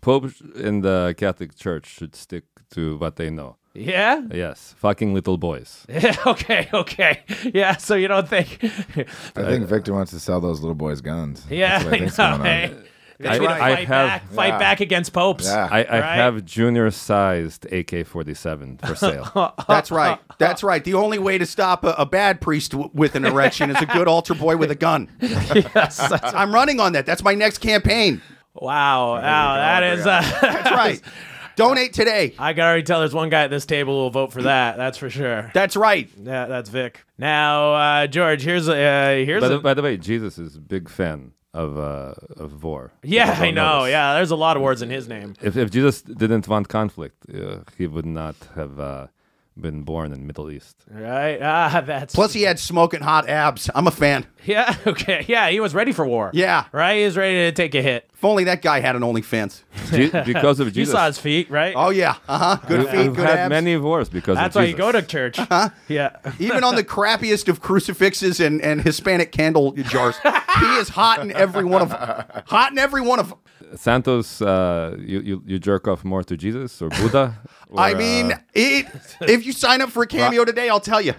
Pope and the Catholic Church should stick to what they know. Yeah. <laughs> Yes, fucking little boys. Yeah, okay, okay. Yeah, so you don't think. <laughs> I think Victor wants to sell those little boys guns. Yeah, That's what I I think's know. going on. eh? They I- need to I fight, have- back, fight back against popes. <laughs> Yeah. I, I Right. have junior sized AK <laughs> 47 for Oh, sale. That's right. That's right. The only way to stop a, a bad priest w- with an erection is a good altar boy with a gun. <laughs> I'm running on that. That's my next campaign. Wow, wow, that is. Uh, <laughs> That's right. Donate today. I can already tell there's one guy at this table who will vote for that. That's for sure. That's right. Yeah, that's Vic. Now, uh, George, here's a uh, here's by, the, a, by the way, Jesus is a big fan of uh, of war. <laughs> yeah, People I don't know. this. Yeah, there's a lot of words in his name. If, if Jesus didn't want conflict, uh, he would not have uh, been born in Middle East. Right? <laughs> Ah, that's Plus, he had smoking hot abs. I'm a fan. Yeah. Okay. Yeah, he was ready for war. Yeah. Right. He was ready to take a hit. If only that guy had an OnlyFans. <laughs> Je- because of You Jesus, saw his feet, right? Oh yeah. Uh huh. Good feet. We've Good had abs. many wars because that's of why you Jesus. go to church. Yeah. Even on the crappiest of crucifixes and, and Hispanic candle jars, he is hot in every one of 'em. Hot in every one of 'em. Santos, uh, you, you you jerk off more to Jesus or Buddha? <laughs> or, I mean, uh, it. If you sign up for a cameo today, I'll tell you.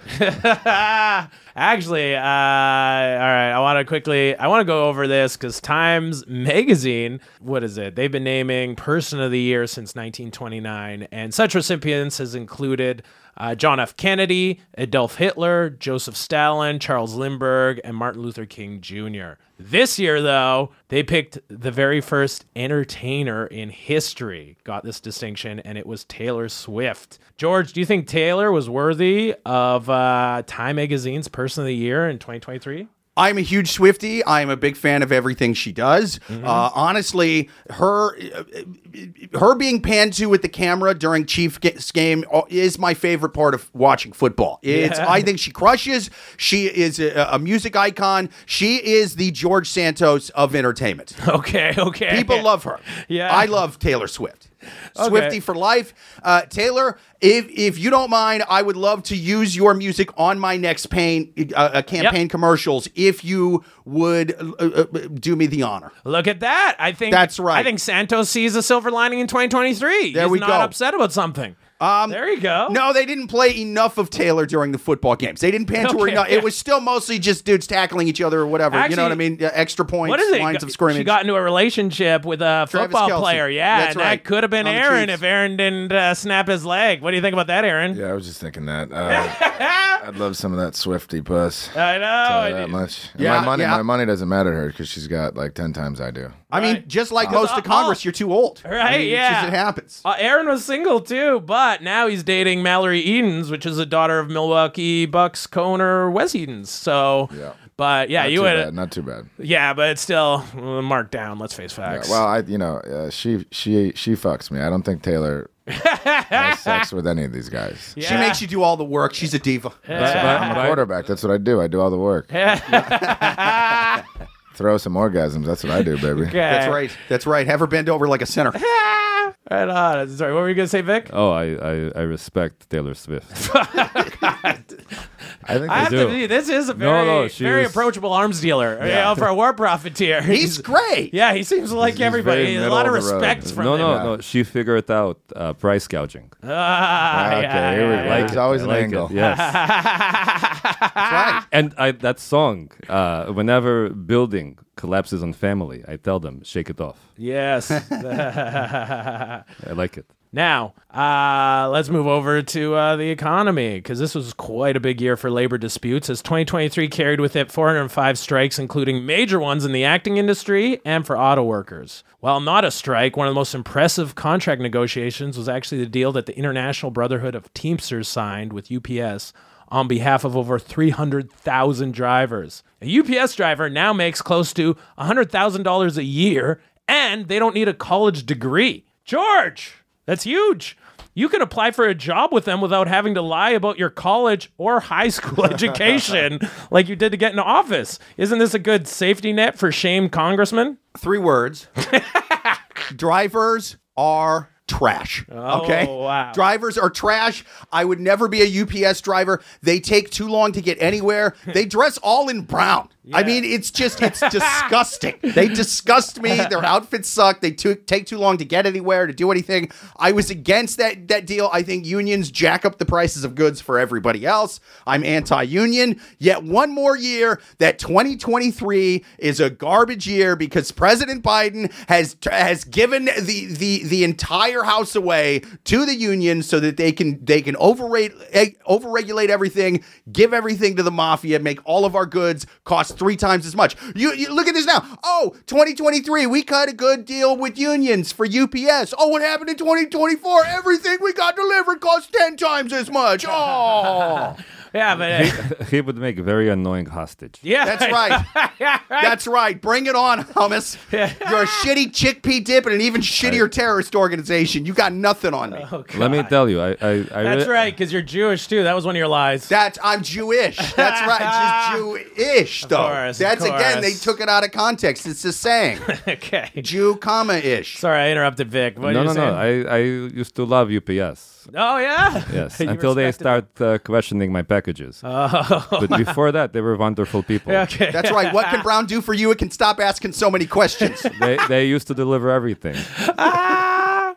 Actually, uh, all right. I want to quickly. I want to go over this because Times Magazine. What is it? They've been naming Person of the Year since 1929, and such recipients has included uh, John F. Kennedy, Adolf Hitler, Joseph Stalin, Charles Lindbergh, and Martin Luther King Jr. This year, though, they picked the very first entertainer in history, got this distinction, and it was Taylor Swift. George, do you think Taylor was worthy of uh, Time Magazine's Person of the Year in 2023? I'm a huge Swifty. I am a big fan of everything she does. Uh, honestly, her uh, her being panned to with the camera during Chiefs game uh, is my favorite part of watching football. It's I think she crushes. She is a, a music icon. She is the George Santos of entertainment. <laughs> Okay, okay. <laughs> People love her. Yeah. I love Taylor Swift. Swifty for life. Uh, Taylor, if if you don't mind, I would love to use your music on my next pain, uh, uh, campaign commercials if you would uh, uh, do me the honor. Look at that. I think That's right. I think Santos sees a silver lining in 2023. There He's we not go. upset about something. Um, there you go. No, they didn't play enough of Taylor during the football games. They didn't pan to her Okay. enough. It was still mostly just dudes tackling each other or whatever. you know what I Actually, mean? Uh, extra points, What is it? lines Got- of scrimmage. She got into a relationship with a Travis football Kelce. player. Yeah, That's and that right. could have been On the Aaron Chiefs. if Aaron didn't uh, snap his leg. What do you think about that, Aaron? Yeah, I was just thinking that. Uh, <laughs> I'd love some of that Swifty puss. Oh, I Uh, know. that much. And Yeah, my money, yeah. my money doesn't matter to her because she's got like ten times I do. I mean, Right. just like most I'll- of Congress, you're too old. I Right, mean, it's yeah. just- it happens. Uh, Aaron was single too, but now he's dating Mallory Edens, which is a daughter of Milwaukee Bucks Coner Wes Edens. So, Yeah. but yeah, Not you too would, bad. Not too bad. yeah, but it's still uh, marked down. Let's face Yeah, facts. well, I you know uh, she she she fucks me. I don't <laughs> think Taylor has sex with any of these guys. yeah. She makes you do all the work. She's a diva. That's what I- I'm a But- quarterback. That's what I do. I do all the work. <laughs> <laughs> Throw some orgasms. That's what I do, baby. Okay. That's right. That's right. Have her bend over like a center. Right on. Sorry, what were you gonna say, Vic? Oh, I, I, I respect <laughs> Taylor Swift. I think I have this- to do. be. This is a No, very, no, she very was- approachable arms dealer you know, for a war profiteer. He's great. yeah, he seems like he's very everybody. A middle lot of of the road. respect from no, him. no, no. She figured out uh, price gouging. Ah, okay, yeah, here we <laughs> yeah, go. yeah. Like- There's always I an like angle. It, <laughs> yes. That's and I, that song, uh, whenever building collapses on family, I tell them, shake it off. Yes. I like it. <laughs> Now, uh, let's move over to uh, the economy because this was quite a big year for labor disputes as 2023 carried with it 405 strikes, including major ones in the acting industry and for auto workers. While not a strike, one of the most impressive contract negotiations was actually the deal that the International Brotherhood of Teamsters signed with UPS on behalf of over 300,000 drivers. A UPS driver now makes close to $100,000 a year, and they don't need a college degree. George! That's huge. You can apply for a job with them without having to lie about your college or high school <laughs> education like you did to get into office. Isn't this a good safety net for shamed congressmen? Three words. Drivers are trash. okay? wow. Drivers are trash. I would never be a UPS driver. They take too long to get anywhere. They dress all in brown. I mean, it's just, it's disgusting. They disgust me. Their outfits suck. They too, take too long to get anywhere, to do anything. I was against that, that deal. I think unions jack up the prices of goods for everybody else. I'm anti union. Yet one more year that 2023 is a garbage year because President Biden has has given the the the entire house away to the union so that they can they can overrate eh, overregulate everything, give everything to the mafia, make all of our goods cost three times as much. You, you look at this now. Oh, 2023, we cut a good deal with unions for UPS. Oh, what happened in 2024? Everything we got delivered cost 10 times as much. Oh. Yeah, but uh, he would make a very annoying hostage. <laughs> yeah, That's right. That's right. Bring it on, hummus. You're a shitty chickpea dip and an even shittier terrorist organization. You got nothing on me. Let me tell you, I, I, I That's re- right, because you're Jewish too. That was one of your lies. That's I'm Jewish. <laughs> That's right. Just Jewish though. course, of That's again they course. took it out of context. It's <laughs> a saying. <laughs> okay. Jew comma ish. Sorry, I interrupted Vic. What No, are you no, saying? no. I, I used to love UPS. yes. Oh yeah. <laughs> Yes, You until they respected start uh, questioning <laughs> my packages. But before that, they were wonderful people. them. <laughs> Okay. That's right. What can Brown do for you? It can stop asking so <laughs> many questions. They, they used to deliver everything. Ah!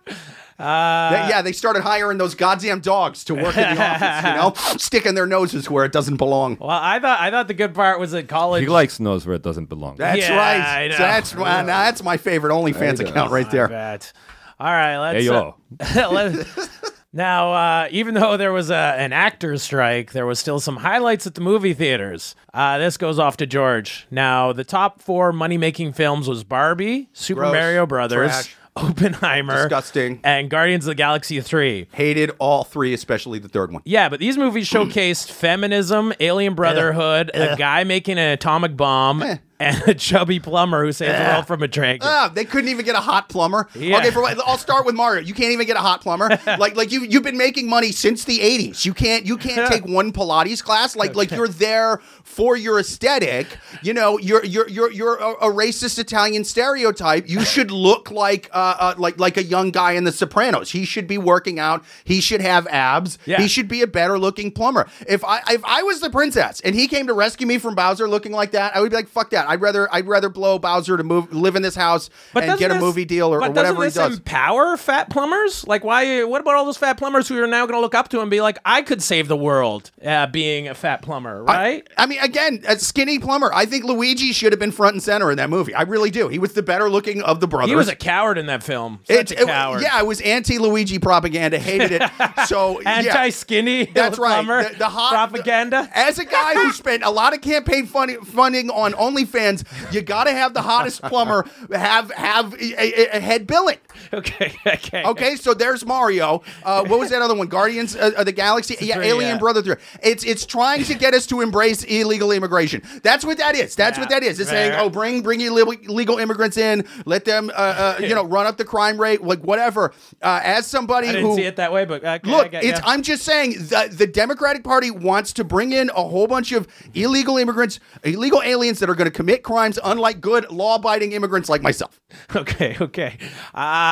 Uh, They- yeah, they started hiring those goddamn dogs to work in the office, you know, <laughs> sticking their noses where it doesn't belong. well, I thought I thought the good part was at college. He likes knows where it doesn't belong. That's Yeah, I right. know. That's my, now that's my favorite OnlyFans There you go. account right I there. bet. All right. Let's. hey yo, uh, <laughs> let's- now, uh, even though there was a, an actors' strike, there was still some highlights at the movie theaters. Uh, this goes off to George. Now, the top four money-making films was Barbie, Super Gross. Mario Brothers, Trash. Oppenheimer, Disgusting. and Guardians of the Galaxy Three. Hated all three, especially the third one. Yeah, but these movies showcased <clears throat> feminism, alien brotherhood, Eh. a guy making an atomic bomb, and a chubby plumber who saves Eh. the world from a dragon. Ah, they couldn't even get a hot plumber. Yeah. Okay, for what- I'll start with Mario. You can't even get a hot plumber. like like you you've been making money since the 80s. You can't you can't take one Pilates class. Like like you're there for your aesthetic. You know, you're you're you're you're a, a racist Italian stereotype. You should look like uh, uh like like a young guy in the Sopranos. He should be working out. He should have abs. Yeah. He should be a better looking plumber. If I if I was the princess and he came to rescue me from Bowser looking like that, I would be like, fuck that. I'd rather I'd rather blow Bowser to move live in this house and doesn't get a this- movie deal or, but or whatever he doesn't does. this empower fat plumbers? Like, why? What about all those fat plumbers who are now going to look up to and be like, "I could save the world uh, being a fat plumber"? Right? I mean, again, a skinny plumber. I think Luigi should have been front and center in that movie. I really do. He was the better looking of the brothers. he was a coward in that film. Such It's- a it- coward. yeah, it was anti Luigi propaganda. <laughs> Hated it. So yeah. Anti-skinny. That's right. plumber The, the hot propaganda. <laughs> as a guy who spent a lot of campaign funding, funding on OnlyFans, you got to have the hottest plumber have have a, a- a head billing. okay. Okay. Okay, so there's Mario. Uh, what was that other one? Guardians uh, of the Galaxy. Yeah, three, Alien yeah. Brother Three. It's it's trying to get us to embrace illegal immigration. That's what that is. That's Yeah. what that is. It's Right, saying, right. oh, bring bring illegal illegal immigrants in, let them uh, uh, you know run up the crime rate, like whatever. Uh, as somebody I didn't who see it that way, but okay, I Look, get it's ya. <laughs> I'm just saying the the Democratic Party wants to bring in a whole bunch of illegal immigrants, illegal aliens that are going to commit crimes unlike good law-abiding immigrants like myself. okay. Okay. Uh,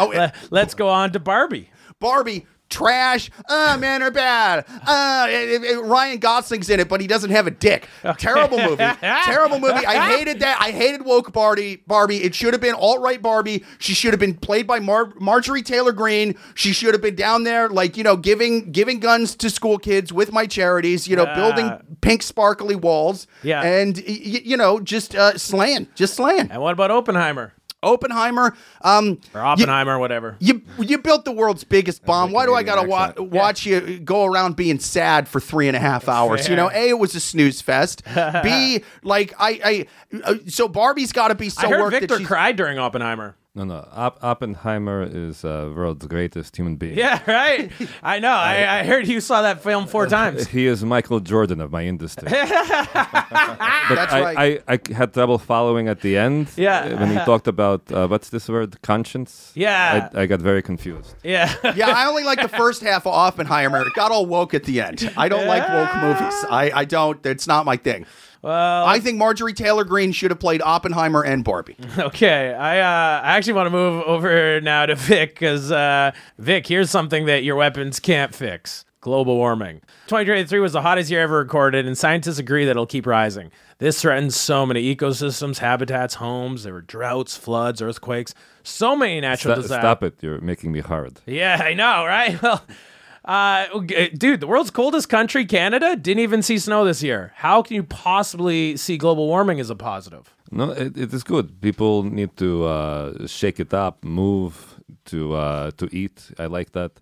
Oh, it- let, us go on to Barbie. Barbie trash. Oh, men are bad. Uh, it- it- Ryan Gosling's in it, but he doesn't have a dick. <laughs> Terrible movie. Terrible movie. I hated that. I hated woke Barbie. Barbie. It should have been alt right Barbie. She should have been played by Mar- Marjorie Taylor Greene. She should have been down there, like you know, giving giving guns to school kids with my charities. You know, Yeah. building pink sparkly walls. Yeah. and y- y- you know, just uh, slaying, just slaying. And what about Oppenheimer Oppenheimer. Um, or Oppenheimer, or whatever? you you built the world's biggest bomb. Why do I gotta Canadian wa- accent. watch you go around being sad for three and a half hours? You know, a it was a snooze fest. <laughs> B like I I uh, so Barbie's got to be so I heard worked that Victor she's- cried during Oppenheimer. no no, Op- Oppenheimer is uh, world's greatest human <laughs> being. Yeah, right. I know. I, I heard you saw that film four times. He is Michael Jordan of my <laughs> industry. but That's I, right. I, I had trouble following at the end. Yeah. uh, When he talked about uh, what's this word? Conscience? Yeah. I, I got very confused. Yeah. <laughs> yeah, I only like the first half of Oppenheimer. It got all woke at the end. I don't like woke movies. I, I don't. It's not my thing. Well, I think Marjorie Taylor Greene should have played Oppenheimer and Barbie. Mhm. Okay, I uh, I actually want to move over now to Vic because uh, Vic, here's something that your weapons can't fix: global warming. 2023 was the hottest year ever recorded, and scientists agree that it'll keep rising. This threatens so many ecosystems, habitats, homes. There were droughts, floods, earthquakes, so many natural Sta- disasters. stop it. You're making me hard. Yeah, I know, right? <laughs> Well, uh, okay, dude, the world's coldest country, Canada, didn't even see snow this year. How can you possibly see global warming as a positive? No, it, it is good. People need to uh, shake it up, move to uh, to eat. I like that.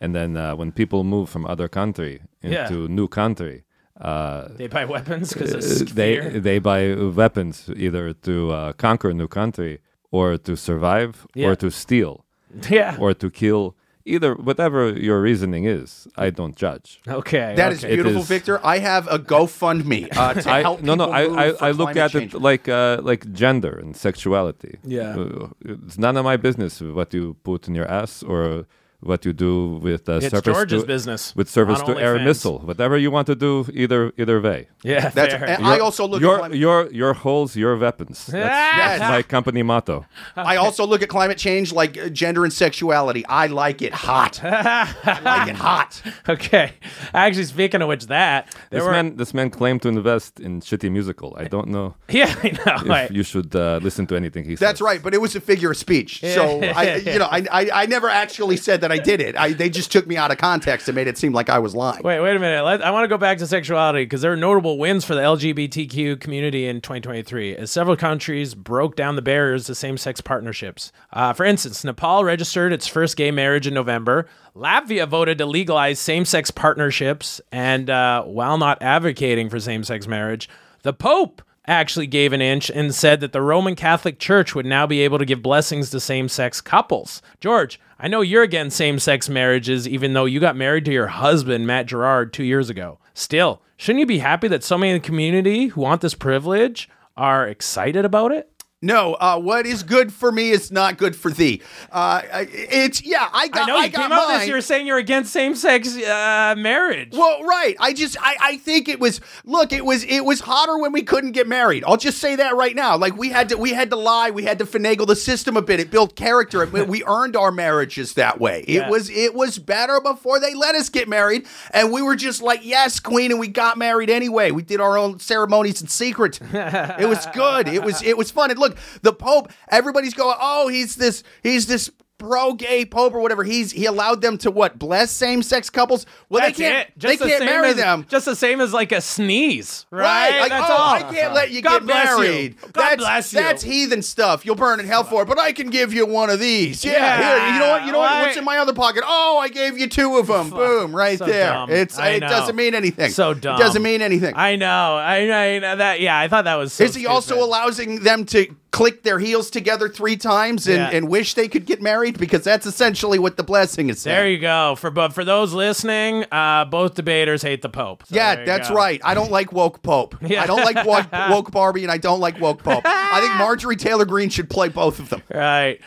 And then uh, when people move from other country Yeah. into new country, uh, They buy weapons because of uh, they fear. they buy weapons either to uh, conquer a new country or to survive Yeah. or to steal yeah. or to kill. Either whatever your reasoning is, I don't judge. Okay. That is okay. beautiful, is- Victor. I have a GoFundMe uh, to I, help. no, no. people I, move I, for I look climate at change. it like uh, like gender and sexuality. Yeah. Uh, it's none of my business what you put in your ass or what you do with uh, It's service George's to, business with service on to air OnlyFans. missile, whatever you want to do, either either way. Yeah, That's fair. and I also look at your climate, your your holes, your <laughs> weapons. That's, Ah! that's my company motto. I also look at climate change like uh, gender and sexuality. I like it <laughs> hot. I like it hot. <laughs> okay. Actually, speaking of which, that there This were man this man claimed to invest in shitty musical. I don't know <laughs> yeah, I know. if right. you should uh, listen to anything he says. That's right, but it was a figure of speech. So <laughs> I, you know, I, I, I never actually said that I did it. I, they just took me out of context and made it seem like I was lying. Wait, wait a minute. Let, I want to go back to sexuality because there are notable wins for the LGBTQ community in 2023 as several countries broke down the barriers to same sex partnerships. Uh, for instance, Nepal registered its first gay marriage in November. Latvia voted to legalize same sex partnerships. And uh, while not advocating for same sex marriage, the Pope actually gave an inch and said that the Roman Catholic Church would now be able to give blessings to same sex couples. George, I know you're against same sex marriages, even though you got married to your husband, Matt Gerard, two years ago. Still, shouldn't you be happy that so many in the community who want this privilege are excited about it? No, uh, what is good for me is not good for thee. Uh, I- it's yeah, I got. I know you got came out mine. this year saying you're against same sex uh, marriage. Well, right. I just I, I think it was look, it was it was hotter when we couldn't get married. I'll just say that right now. Like we had to we had to lie, we had to finagle the system a bit. It built character. It, <laughs> we earned our marriages that way. It Yeah. was it was better before they let us get married and we were just like, "Yes, queen," and we got married anyway. We did our own ceremonies <laughs> in secret. it was good. It was it was fun. And look, the pope, everybody's going, "Oh, he's this he's this Pro gay pope or whatever he's he allowed them to what bless same sex couples. Well, That's they can't. it. Just they the can't same marry as- them. Just the same as like a sneeze, right? Like, That's oh, all. I can't let you God get bless you. married. God that's, bless you. That's heathen stuff. You'll burn in hell for it. But I can give you one of these. Yeah. Yeah. Here, you know what? You know what? What's Why- in my other pocket? Oh, I gave you two <laughs> of them. Boom! Right So there. dumb. It's I it know. doesn't mean anything. So dumb. It doesn't mean anything. I know. I, I know that. Yeah, I thought that was. So Is he also stupid. allowing them to click their heels together three times and, Yeah. and wish they could get married? Because that's essentially what the blessing is saying. There you go. For but for those listening, uh, both debaters hate the Pope. So there Yeah, you that's go. right. I don't like <laughs> woke Pope. I don't like woke, woke Barbie, and I don't like woke Pope. I <laughs> think Marjorie Taylor Greene should play both of them. Right.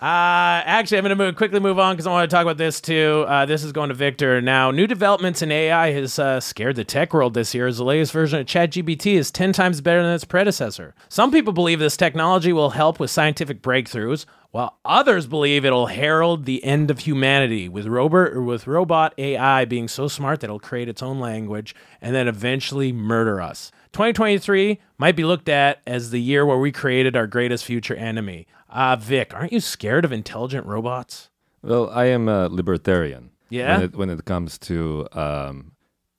Uh, actually, I'm going to move, quickly move on because I want to talk about this too. Uh, this is going to Victor now. New developments in AI has uh, scared the tech world this year as the latest version of ChatGPT is 10 times better than its predecessor. Some people believe this technology will help with scientific breakthroughs, while others believe it'll herald the end of humanity with robot, with robot AI being so smart that it'll create its own language and then eventually murder us. 2023 might be looked at as the year where we created our greatest future enemy. Uh, Vic, aren't you scared of intelligent robots? Well, I am a libertarian. Yeah? When it, when it comes to um,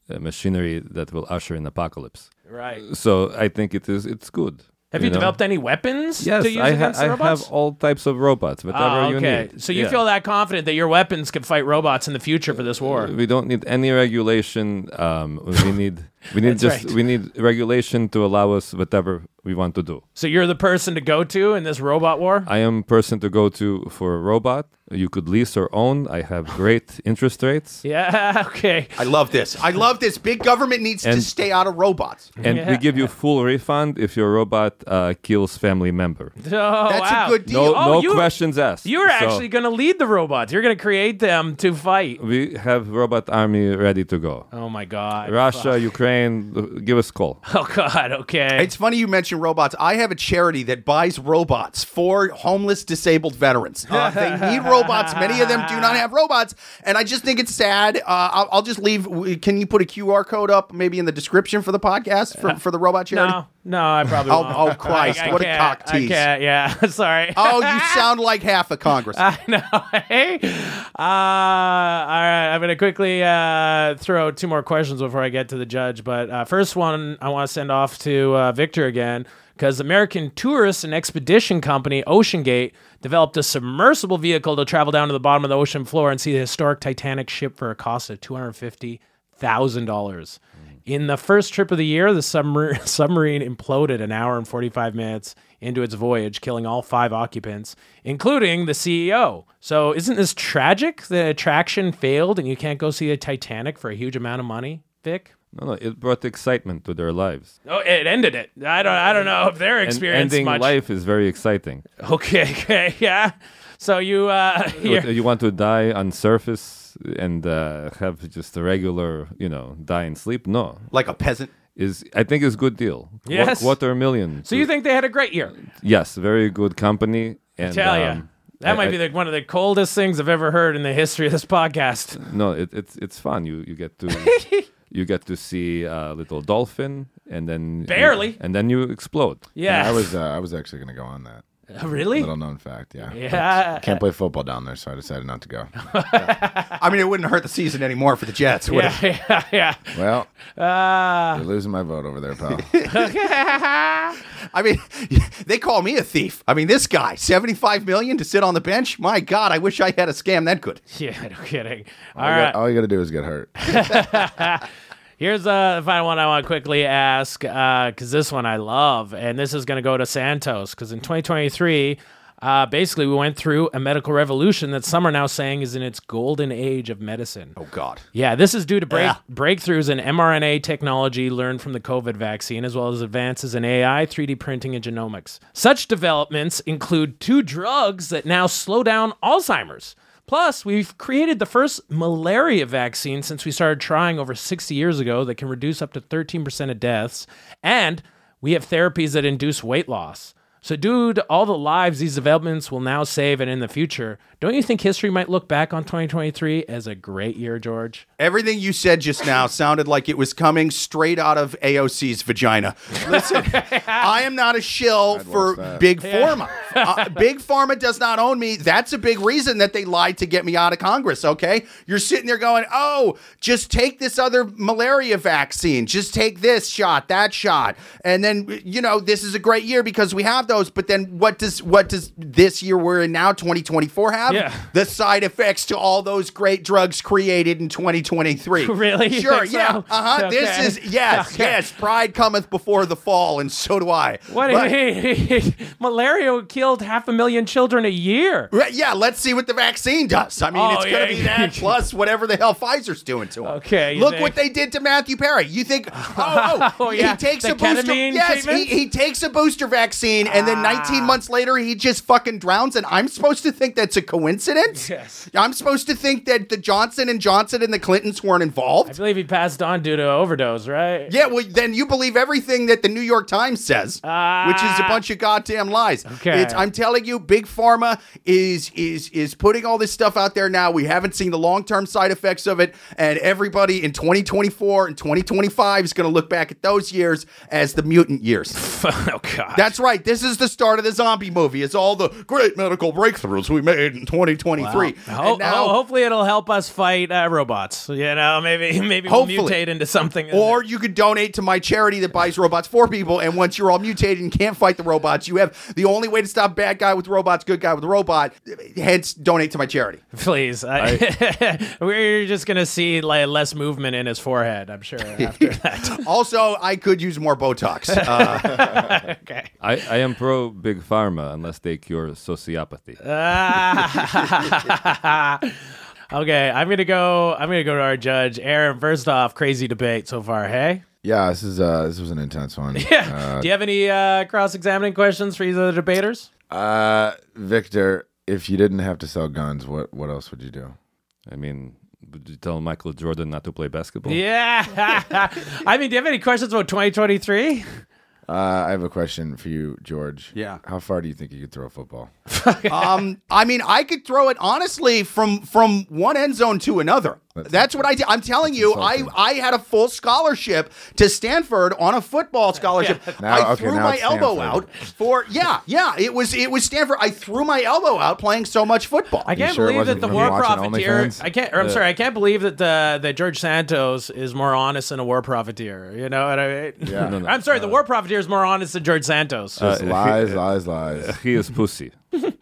uh, machinery that will usher in apocalypse, Right. so I think it is it's good. Have you, know? developed any weapons Yes, to use I, ha- against the I robots? have all types of robots, whatever Ah, you okay. need. So you Yeah. feel that confident that your weapons could fight robots in the future for this war? we don't need any regulation. Um, <laughs> we need we need That's just right. we need regulation to allow us whatever we want to do. So you're the person to go to in this robot war? I am person to go to for a robot. You could lease or own. I <laughs> have great interest rates, yeah. <laughs> Okay. I love this. I love this. Big government needs to And- stay out of robots. and we give you full refund if your robot uh, kills family member. Oh, That's wow. a good No, deal. Oh, no you- questions asked. You're So actually going to lead the robots. You're going to create them to fight. we have robot army ready to go. Oh my god. Russia, Ukraine, uh, give us call. <laughs> Oh god. Okay. It's funny you mentioned robots. I have a charity that buys robots for homeless disabled <laughs> veterans. Uh, they need robots. Many of them do not have robots, and I just think it's sad. Uh, I'll, I'll just leave. w- Can you put a QR code up, maybe in the description for the podcast for, for the robot charity? no, no, I <laughs> probably Oh, won't. oh, Christ, I- I what a can't, cock tease. I can't, yeah, <laughs> sorry. Oh, you <laughs> sound like half of Congress. no, <laughs> hey. Uh, all right, I'm going to quickly uh, throw out two more questions before I get to the judge. But uh, first one, I want to send off to uh, Victor again because American tourist and expedition company OceanGate developed a submersible vehicle to travel down to the bottom of the ocean floor and see the historic Titanic ship for a cost of 250 thousand dollars. In the first trip of the year, the submar- <laughs> submarine imploded an hour and forty five minutes into its voyage, killing all five occupants, including the CEO. So, isn't this tragic? The attraction failed, and you can't go see the Titanic for a huge amount of money, Vic. No, no, it brought excitement to their lives. Oh, it ended it. I don't. I don't know if their And experience ending much. life is very exciting. <laughs> Okay. Okay. Yeah. So you. Uh, But you're- You want to die on surface and uh, have just a regular, you know, die and sleep? No, like a peasant. is I think is good deal. Qu- Yes. quarter million. so you think they had a great year? yes, very good company. And Tell ya. um, That I- might I- be the, one of the coldest things I've ever heard in the history of this podcast. No, it, it's it's fun. You you get <laughs> to you get to see a little dolphin, and then Barely. and then you explode. Yeah. I was uh, I was actually gonna go on that. <laughs> really? Little known fact, yeah. Yeah. Can't play football down there, so I decided not to <laughs> go. I mean, it wouldn't hurt the season anymore for the Jets. would it? Yeah. Yeah. Yeah. Well, you're losing my vote over there, <laughs> pal. I mean, <laughs> they call me a thief. I mean, this guy, seventy-five million to sit on the bench. My God, I wish I had a scam that good. <laughs> Yeah. No kidding. All All you right. got- uh, all you got to do is get hurt. Here's uh, the final one I want to quickly ask because this one I love, and this is going to go to Santos because in 2023, uh, basically we went through a medical revolution that some are now saying is in its golden age of medicine. Oh God. Yeah, this is due to break- Yeah. breakthroughs in mRNA technology learned from the COVID vaccine, as well as advances in AI, 3D printing, and genomics. Such developments include two drugs that now slow down Alzheimer's. Plus, we've created the first malaria vaccine since we started trying over 60 years ago that can reduce up to 13% of deaths. And we have therapies that induce weight loss. So, dude, all the lives these developments will now save and in the future, don't you think history might look back on 2023 as a great year, George? Everything you said just now sounded like it was coming straight out of AOC's vagina. Listen, I am not a shill for that. Big <laughs> Pharma. Uh, big Pharma does not own me. That's a big reason that they lied to get me out of Congress, okay? You're sitting there going, oh, just take this other malaria vaccine. Just take this shot, that shot. And then, you know, this is a great year because we have those. But then what does what does this year we're in now, 2024, have? Yeah. the side effects to all those great drugs created in 2023. <laughs> Really? You Sure. think Yeah. so? Uh huh. This Okay. is <laughs> yes, Okay. yes. Pride cometh before the fall, and so do I. What do But- you mean? <laughs> Malaria killed half a million children a year. Right, yeah, let's see what the vaccine does. I mean, Oh, it's going yeah. to <laughs> be that plus whatever the hell Pfizer's doing to him. Okay, you Look think- what they did to Matthew Perry. You <laughs> think, oh, Oh, oh yeah, he takes the a booster. ketamine Yes, he, treatment? Ah. he takes a booster vaccine, and then 19 months later, he just fucking drowns. And I'm supposed to think that's a coincidence? Yes. I'm supposed to think that the Johnson and Johnson and the Clintons weren't I involved? believe he passed on due to overdose, right? Yeah, well, then you believe everything that the New York Times says, which is a bunch of goddamn lies. Ah. Okay. It's, I'm telling you, big pharma is is is putting all this stuff out there now. We haven't seen the long term side effects of it, and everybody in 2024 and 2025 is going to look back at those years as the mutant years. <laughs> oh god. That's right. This is the start of the zombie movie. It's all the great medical breakthroughs we made in 2023. Oh, Ho- And now- ho- hopefully it'll help us fight uh, robots. You know, maybe <laughs> maybe we'll Hopefully. mutate into something. Or you could donate to my charity that buys robots for people. And once you're all mutated and can't fight the robots, you have the only way to stop bad guy with robots, good guy with robot. Hence, donate to my <laughs> charity. <laughs> please, I, <laughs> we're just gonna see like less movement in his forehead. I'm <laughs> sure after that. Also, I could use more Botox. <laughs> Uh, Okay. I, I am pro big pharma unless they cure sociopathy. Uh. <laughs> Okay, I'm gonna go. I'm gonna go to our judge, Aaron. First off, crazy debate so far. Hey, Yeah, this is uh, this was an intense <laughs> one. do you have any uh, cross-examining questions for either of the debaters? Uh, Victor, if you didn't have to sell guns, what what else would you do? I mean, would you tell Michael Jordan not to play basketball? Yeah. <laughs> I mean, do you have any questions about 2023? Uh, I have a question for you, George. Yeah. How far do you think you could throw a football? um, I mean, I could throw it honestly from from one end zone to another. That's what I did. I'm telling you, I, insulting. I had a full scholarship to Stanford on a football scholarship. <laughs> Now- I okay, threw now my it's elbow Stanford. out for yeah, yeah. It was it was Stanford. I threw my elbow out playing so much football. I can't sure it believe that wasn't the from war watching profiteer. OnlyFans? I can't. Or I'm sorry. I can't believe that the that George Santos is more honest than a war profiteer. You know what I mean? Yeah. No, Uh, no, I'm sorry. the war profiteer is more honest than George Santos. Just <laughs> lies, lies, lies. He <laughs> is pussy.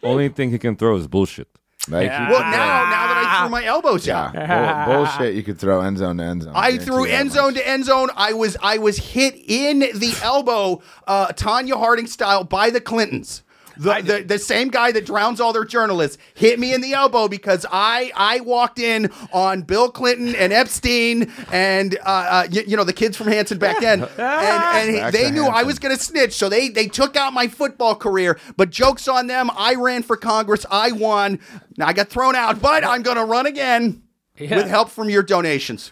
Only thing he can throw is bullshit. Like you Well, now now that I threw my elbows out, yeah, <laughs> bull, bullshit. You could throw end zone to end zone. I guarantee threw you that end much. zone to end zone. I was I was hit in the elbow, uh, Tanya Harding style, by the Clintons. The, the, the same guy that drowns all their journalists hit me in the elbow because I I walked in on Bill Clinton and Epstein and uh, uh, you, you know the kids from Hanson back then, <laughs> and, and he- Back they to knew I Hanson. was going to snitch, so they they took out my football career. But jokes on them. I ran for Congress. I won. Now I got thrown out, but I'm going to run again with help from your donations.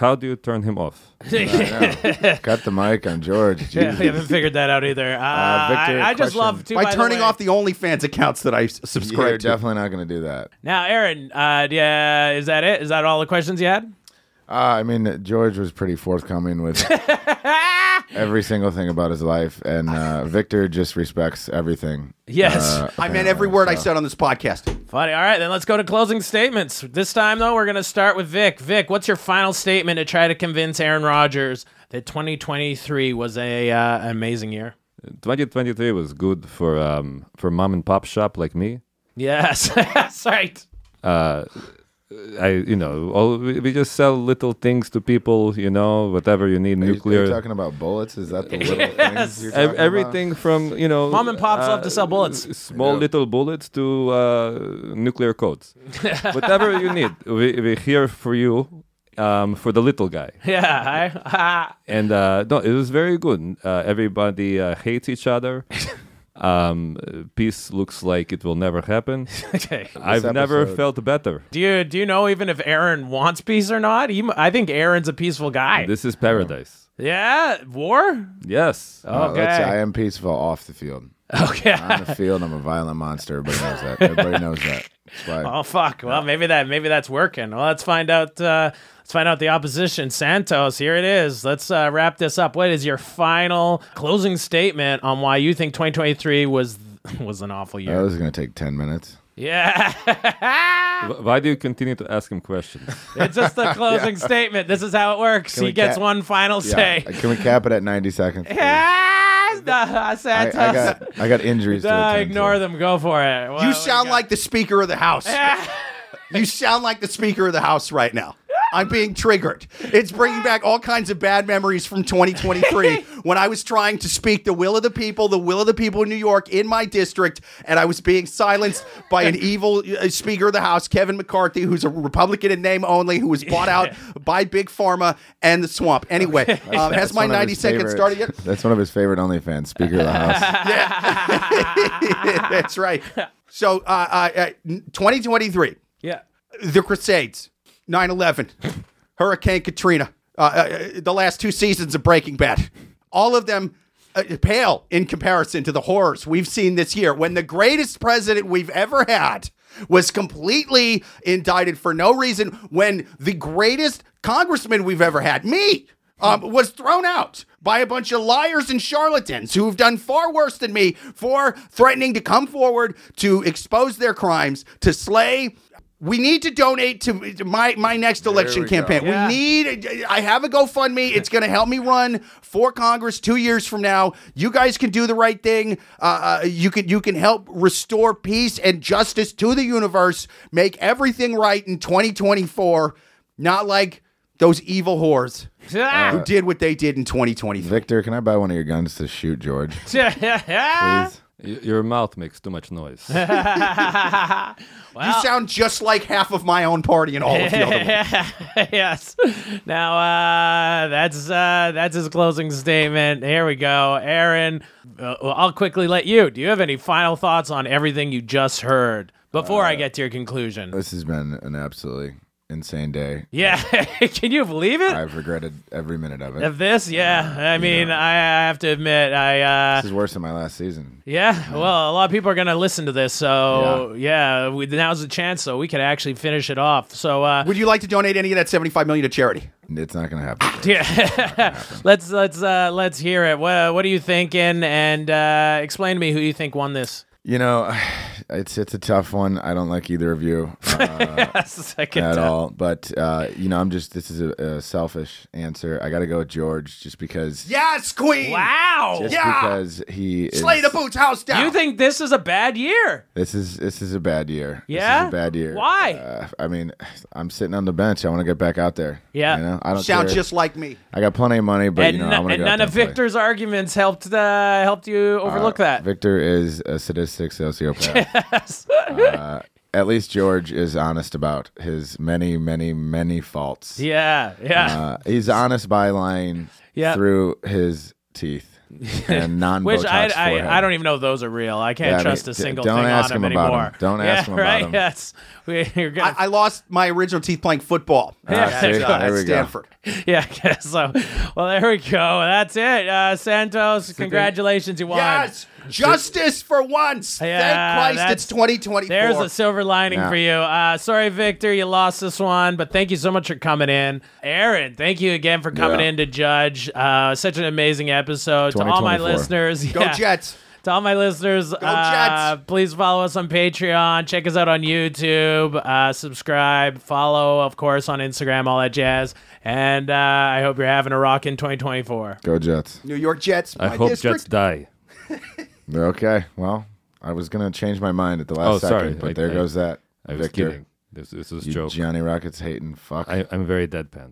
How do you turn him off? Cut the mic on <laughs> George. <laughs> I haven't figured that out either. Uh, Victor, I, I just question. love to by, by the turning way- off the OnlyFans accounts that I s- You're subscribe to. definitely not going to do that. Now, Aaron, uh, yeah, is that it? Is that all the questions you had? Uh, I mean, George was pretty <laughs> forthcoming with every single thing about his life, and uh, Victor just respects everything. Yes. Uh, I meant every word I said on this podcast. Funny. All right, then let's go to closing statements. This time, though, we're going to start with Vic. Vic, what's your final statement to try to convince Aaron Rodgers that 2023 was a uh, an amazing year? 2023 was good for um, for mom and pop shop like me. Yes, <laughs> that's right. I you know all, we, we just sell little things to people. You know whatever you need, Are you- are you nuclear. talking about bullets? Is that the little Yes. things you're Ev- talking everything from you know uh, Mom and pops love to sell bullets. small little bullets to uh, nuclear codes <laughs> whatever you need we, we're here for you um, for the little guy Yeah, I, and uh, no it was very good uh, everybody uh, hates each <laughs> other um, peace looks like it will never <laughs> happen okay. i've never episode- felt better Do you do you know even if Aaron wants peace or not? He, m- I think Aaron's a peaceful guy. this is paradise yeah, war. yes about? Uh, let's- I Okay. am peaceful off the field. <laughs> okay. On the field, I'm a violent monster. Everybody knows that. Everybody knows that. That's why- Oh fuck! Well, maybe that maybe that's working. Well, let's find out. Uh, let's find out the opposition. Santos, here it is. Let's uh, wrap this up. What is your final closing statement on why you think 2023 was <laughs> was an awful That year? was going to take 10 minutes. yeah, Wh- why do you continue to ask him <laughs> questions <laughs> it's just the closing statement. This is how it works. Can He we gets ca- one final <laughs> Yeah. say. Can we cap it at 90 seconds? please? Ah, nah, I, I Santos, got I got injuries. to Nah, attend ignore to. them. Go for it. What- You what sound got? like the Speaker of <laughs> the House. you sound like the Speaker of the House right now. I'm being triggered. It's bringing back all kinds of bad memories <laughs> from 2023 when I was trying to speak the will of the people, the will of the people in New York in my district, and I was being silenced <laughs> by an evil uh, Speaker of the House, Kevin McCarthy, who's a Republican in name only, who was <laughs> bought out by Big Pharma and the swamp. Anyway, um, has my That's one of 90 his seconds favorite- started yet? That's one of his favorite OnlyFans. <laughs> Speaker of the house. That's right. So, uh, uh, uh, 2023. <laughs> yeah. <laughs> the Crusades, 9 11, Hurricane Katrina, uh, uh, the last two seasons of Breaking Bad, all of them uh, pale in comparison to the horrors we've seen this year when the greatest president we've ever had was completely indicted for no reason, when the greatest congressman we've ever had, me, um, was thrown out by a bunch of liars and charlatans who have done far worse than me for threatening to come forward to expose their crimes, to slay we need to donate to to my my next election campaign. Yeah. We need. I have a GoFundMe. It's going to help me run for Congress two years from now. You guys can do the right thing. Uh, uh, you can you can help restore peace and justice to the universe. Make everything right in 2024. Not like those evil whores who Uh, did what they did in 2023. Victor, can I buy one of your guns to shoot George? Please? Y- your mouth makes too much <laughs> noise You sound just like half of my own party and all of the other. <laughs> ones. <laughs> yes. Now uh, that's uh, that's his closing statement. Here we go, Aaron. Uh, well, I'll quickly let you. Do you have any final thoughts on everything you just heard before I get to your conclusion? This has been an absolutely insane day. Yeah, <laughs> can you believe it? I've regretted every minute of it. of this, yeah. I mean, I I have to admit, I uh, This is worse than my last season. yeah. Well, a lot of people are gonna listen to this, so yeah. we, now's the chance, so we could actually finish it off. So uh, Would you like to donate any of that 75 million to charity? It's not going to happen. Yeah, <laughs> let's let's uh, let's hear it. What, what are you thinking? And uh, explain to me who you think won this. <laughs> You know, <sighs> It's it's a tough one. I don't like either <laughs> of you That's the second at time. all. But uh, you know, I'm just this is a, a selfish answer. I got to go with George just because. Yes, Queen. Wow. Just Yeah. because he is, Slay the boots house down. You think this is a bad year? This is this is a bad year. Yeah? this is a bad year. Why? Uh, I mean, <sighs> I'm sitting on the bench. I want to get back out there. Yeah. you know, I don't sound care. just like me? I got plenty of money, but and you know, no- I want to and go out none there of and play. Victor's arguments helped uh, helped you overlook that. Victor is a sadistic sociopath. Uh, at least George is honest about his many, many, many faults. yeah, yeah. Uh, he's honest by lying Yeah. through his teeth <laughs> and non Which Botox I, forehead. I I don't even know if those are real. I can't Yeah, I mean, trust a d- single don't thing ask on him about 'em. anymore. Don't yeah, ask him about right? 'em. Yes, <laughs> we, you're gonna. I, I lost my original teeth playing football. Ah, Yeah. see? That's, uh, at there we go. Stanford. <laughs> yeah, I guess so. Well, there we go. That's it. Uh, Santos, congratulations, you won. Yes, justice for once. Yeah, Thank Christ, that's- it's 2024. There's a silver lining Yeah. for you. Uh, sorry, Victor, you lost this one, but thank you so much for coming in. Aaron, thank you again for coming Yeah. in to judge. Uh, such an amazing episode. To all my 2024. listeners, go yeah. Jets. To all my listeners, uh, please follow us on Patreon. Check us out on YouTube. Uh, subscribe, follow, of course, on Instagram, all that jazz. And uh, I hope you're having a rockin' 2024. Go Jets. New York Jets. I my hope district. Jets die. Okay. Well, I was gonna change my mind at the last Oh, second, sorry. but I- there I- goes that. I was Victor, kidding. This, this was a you joke. Johnny Rockets hating fuck. I, I'm very deadpan.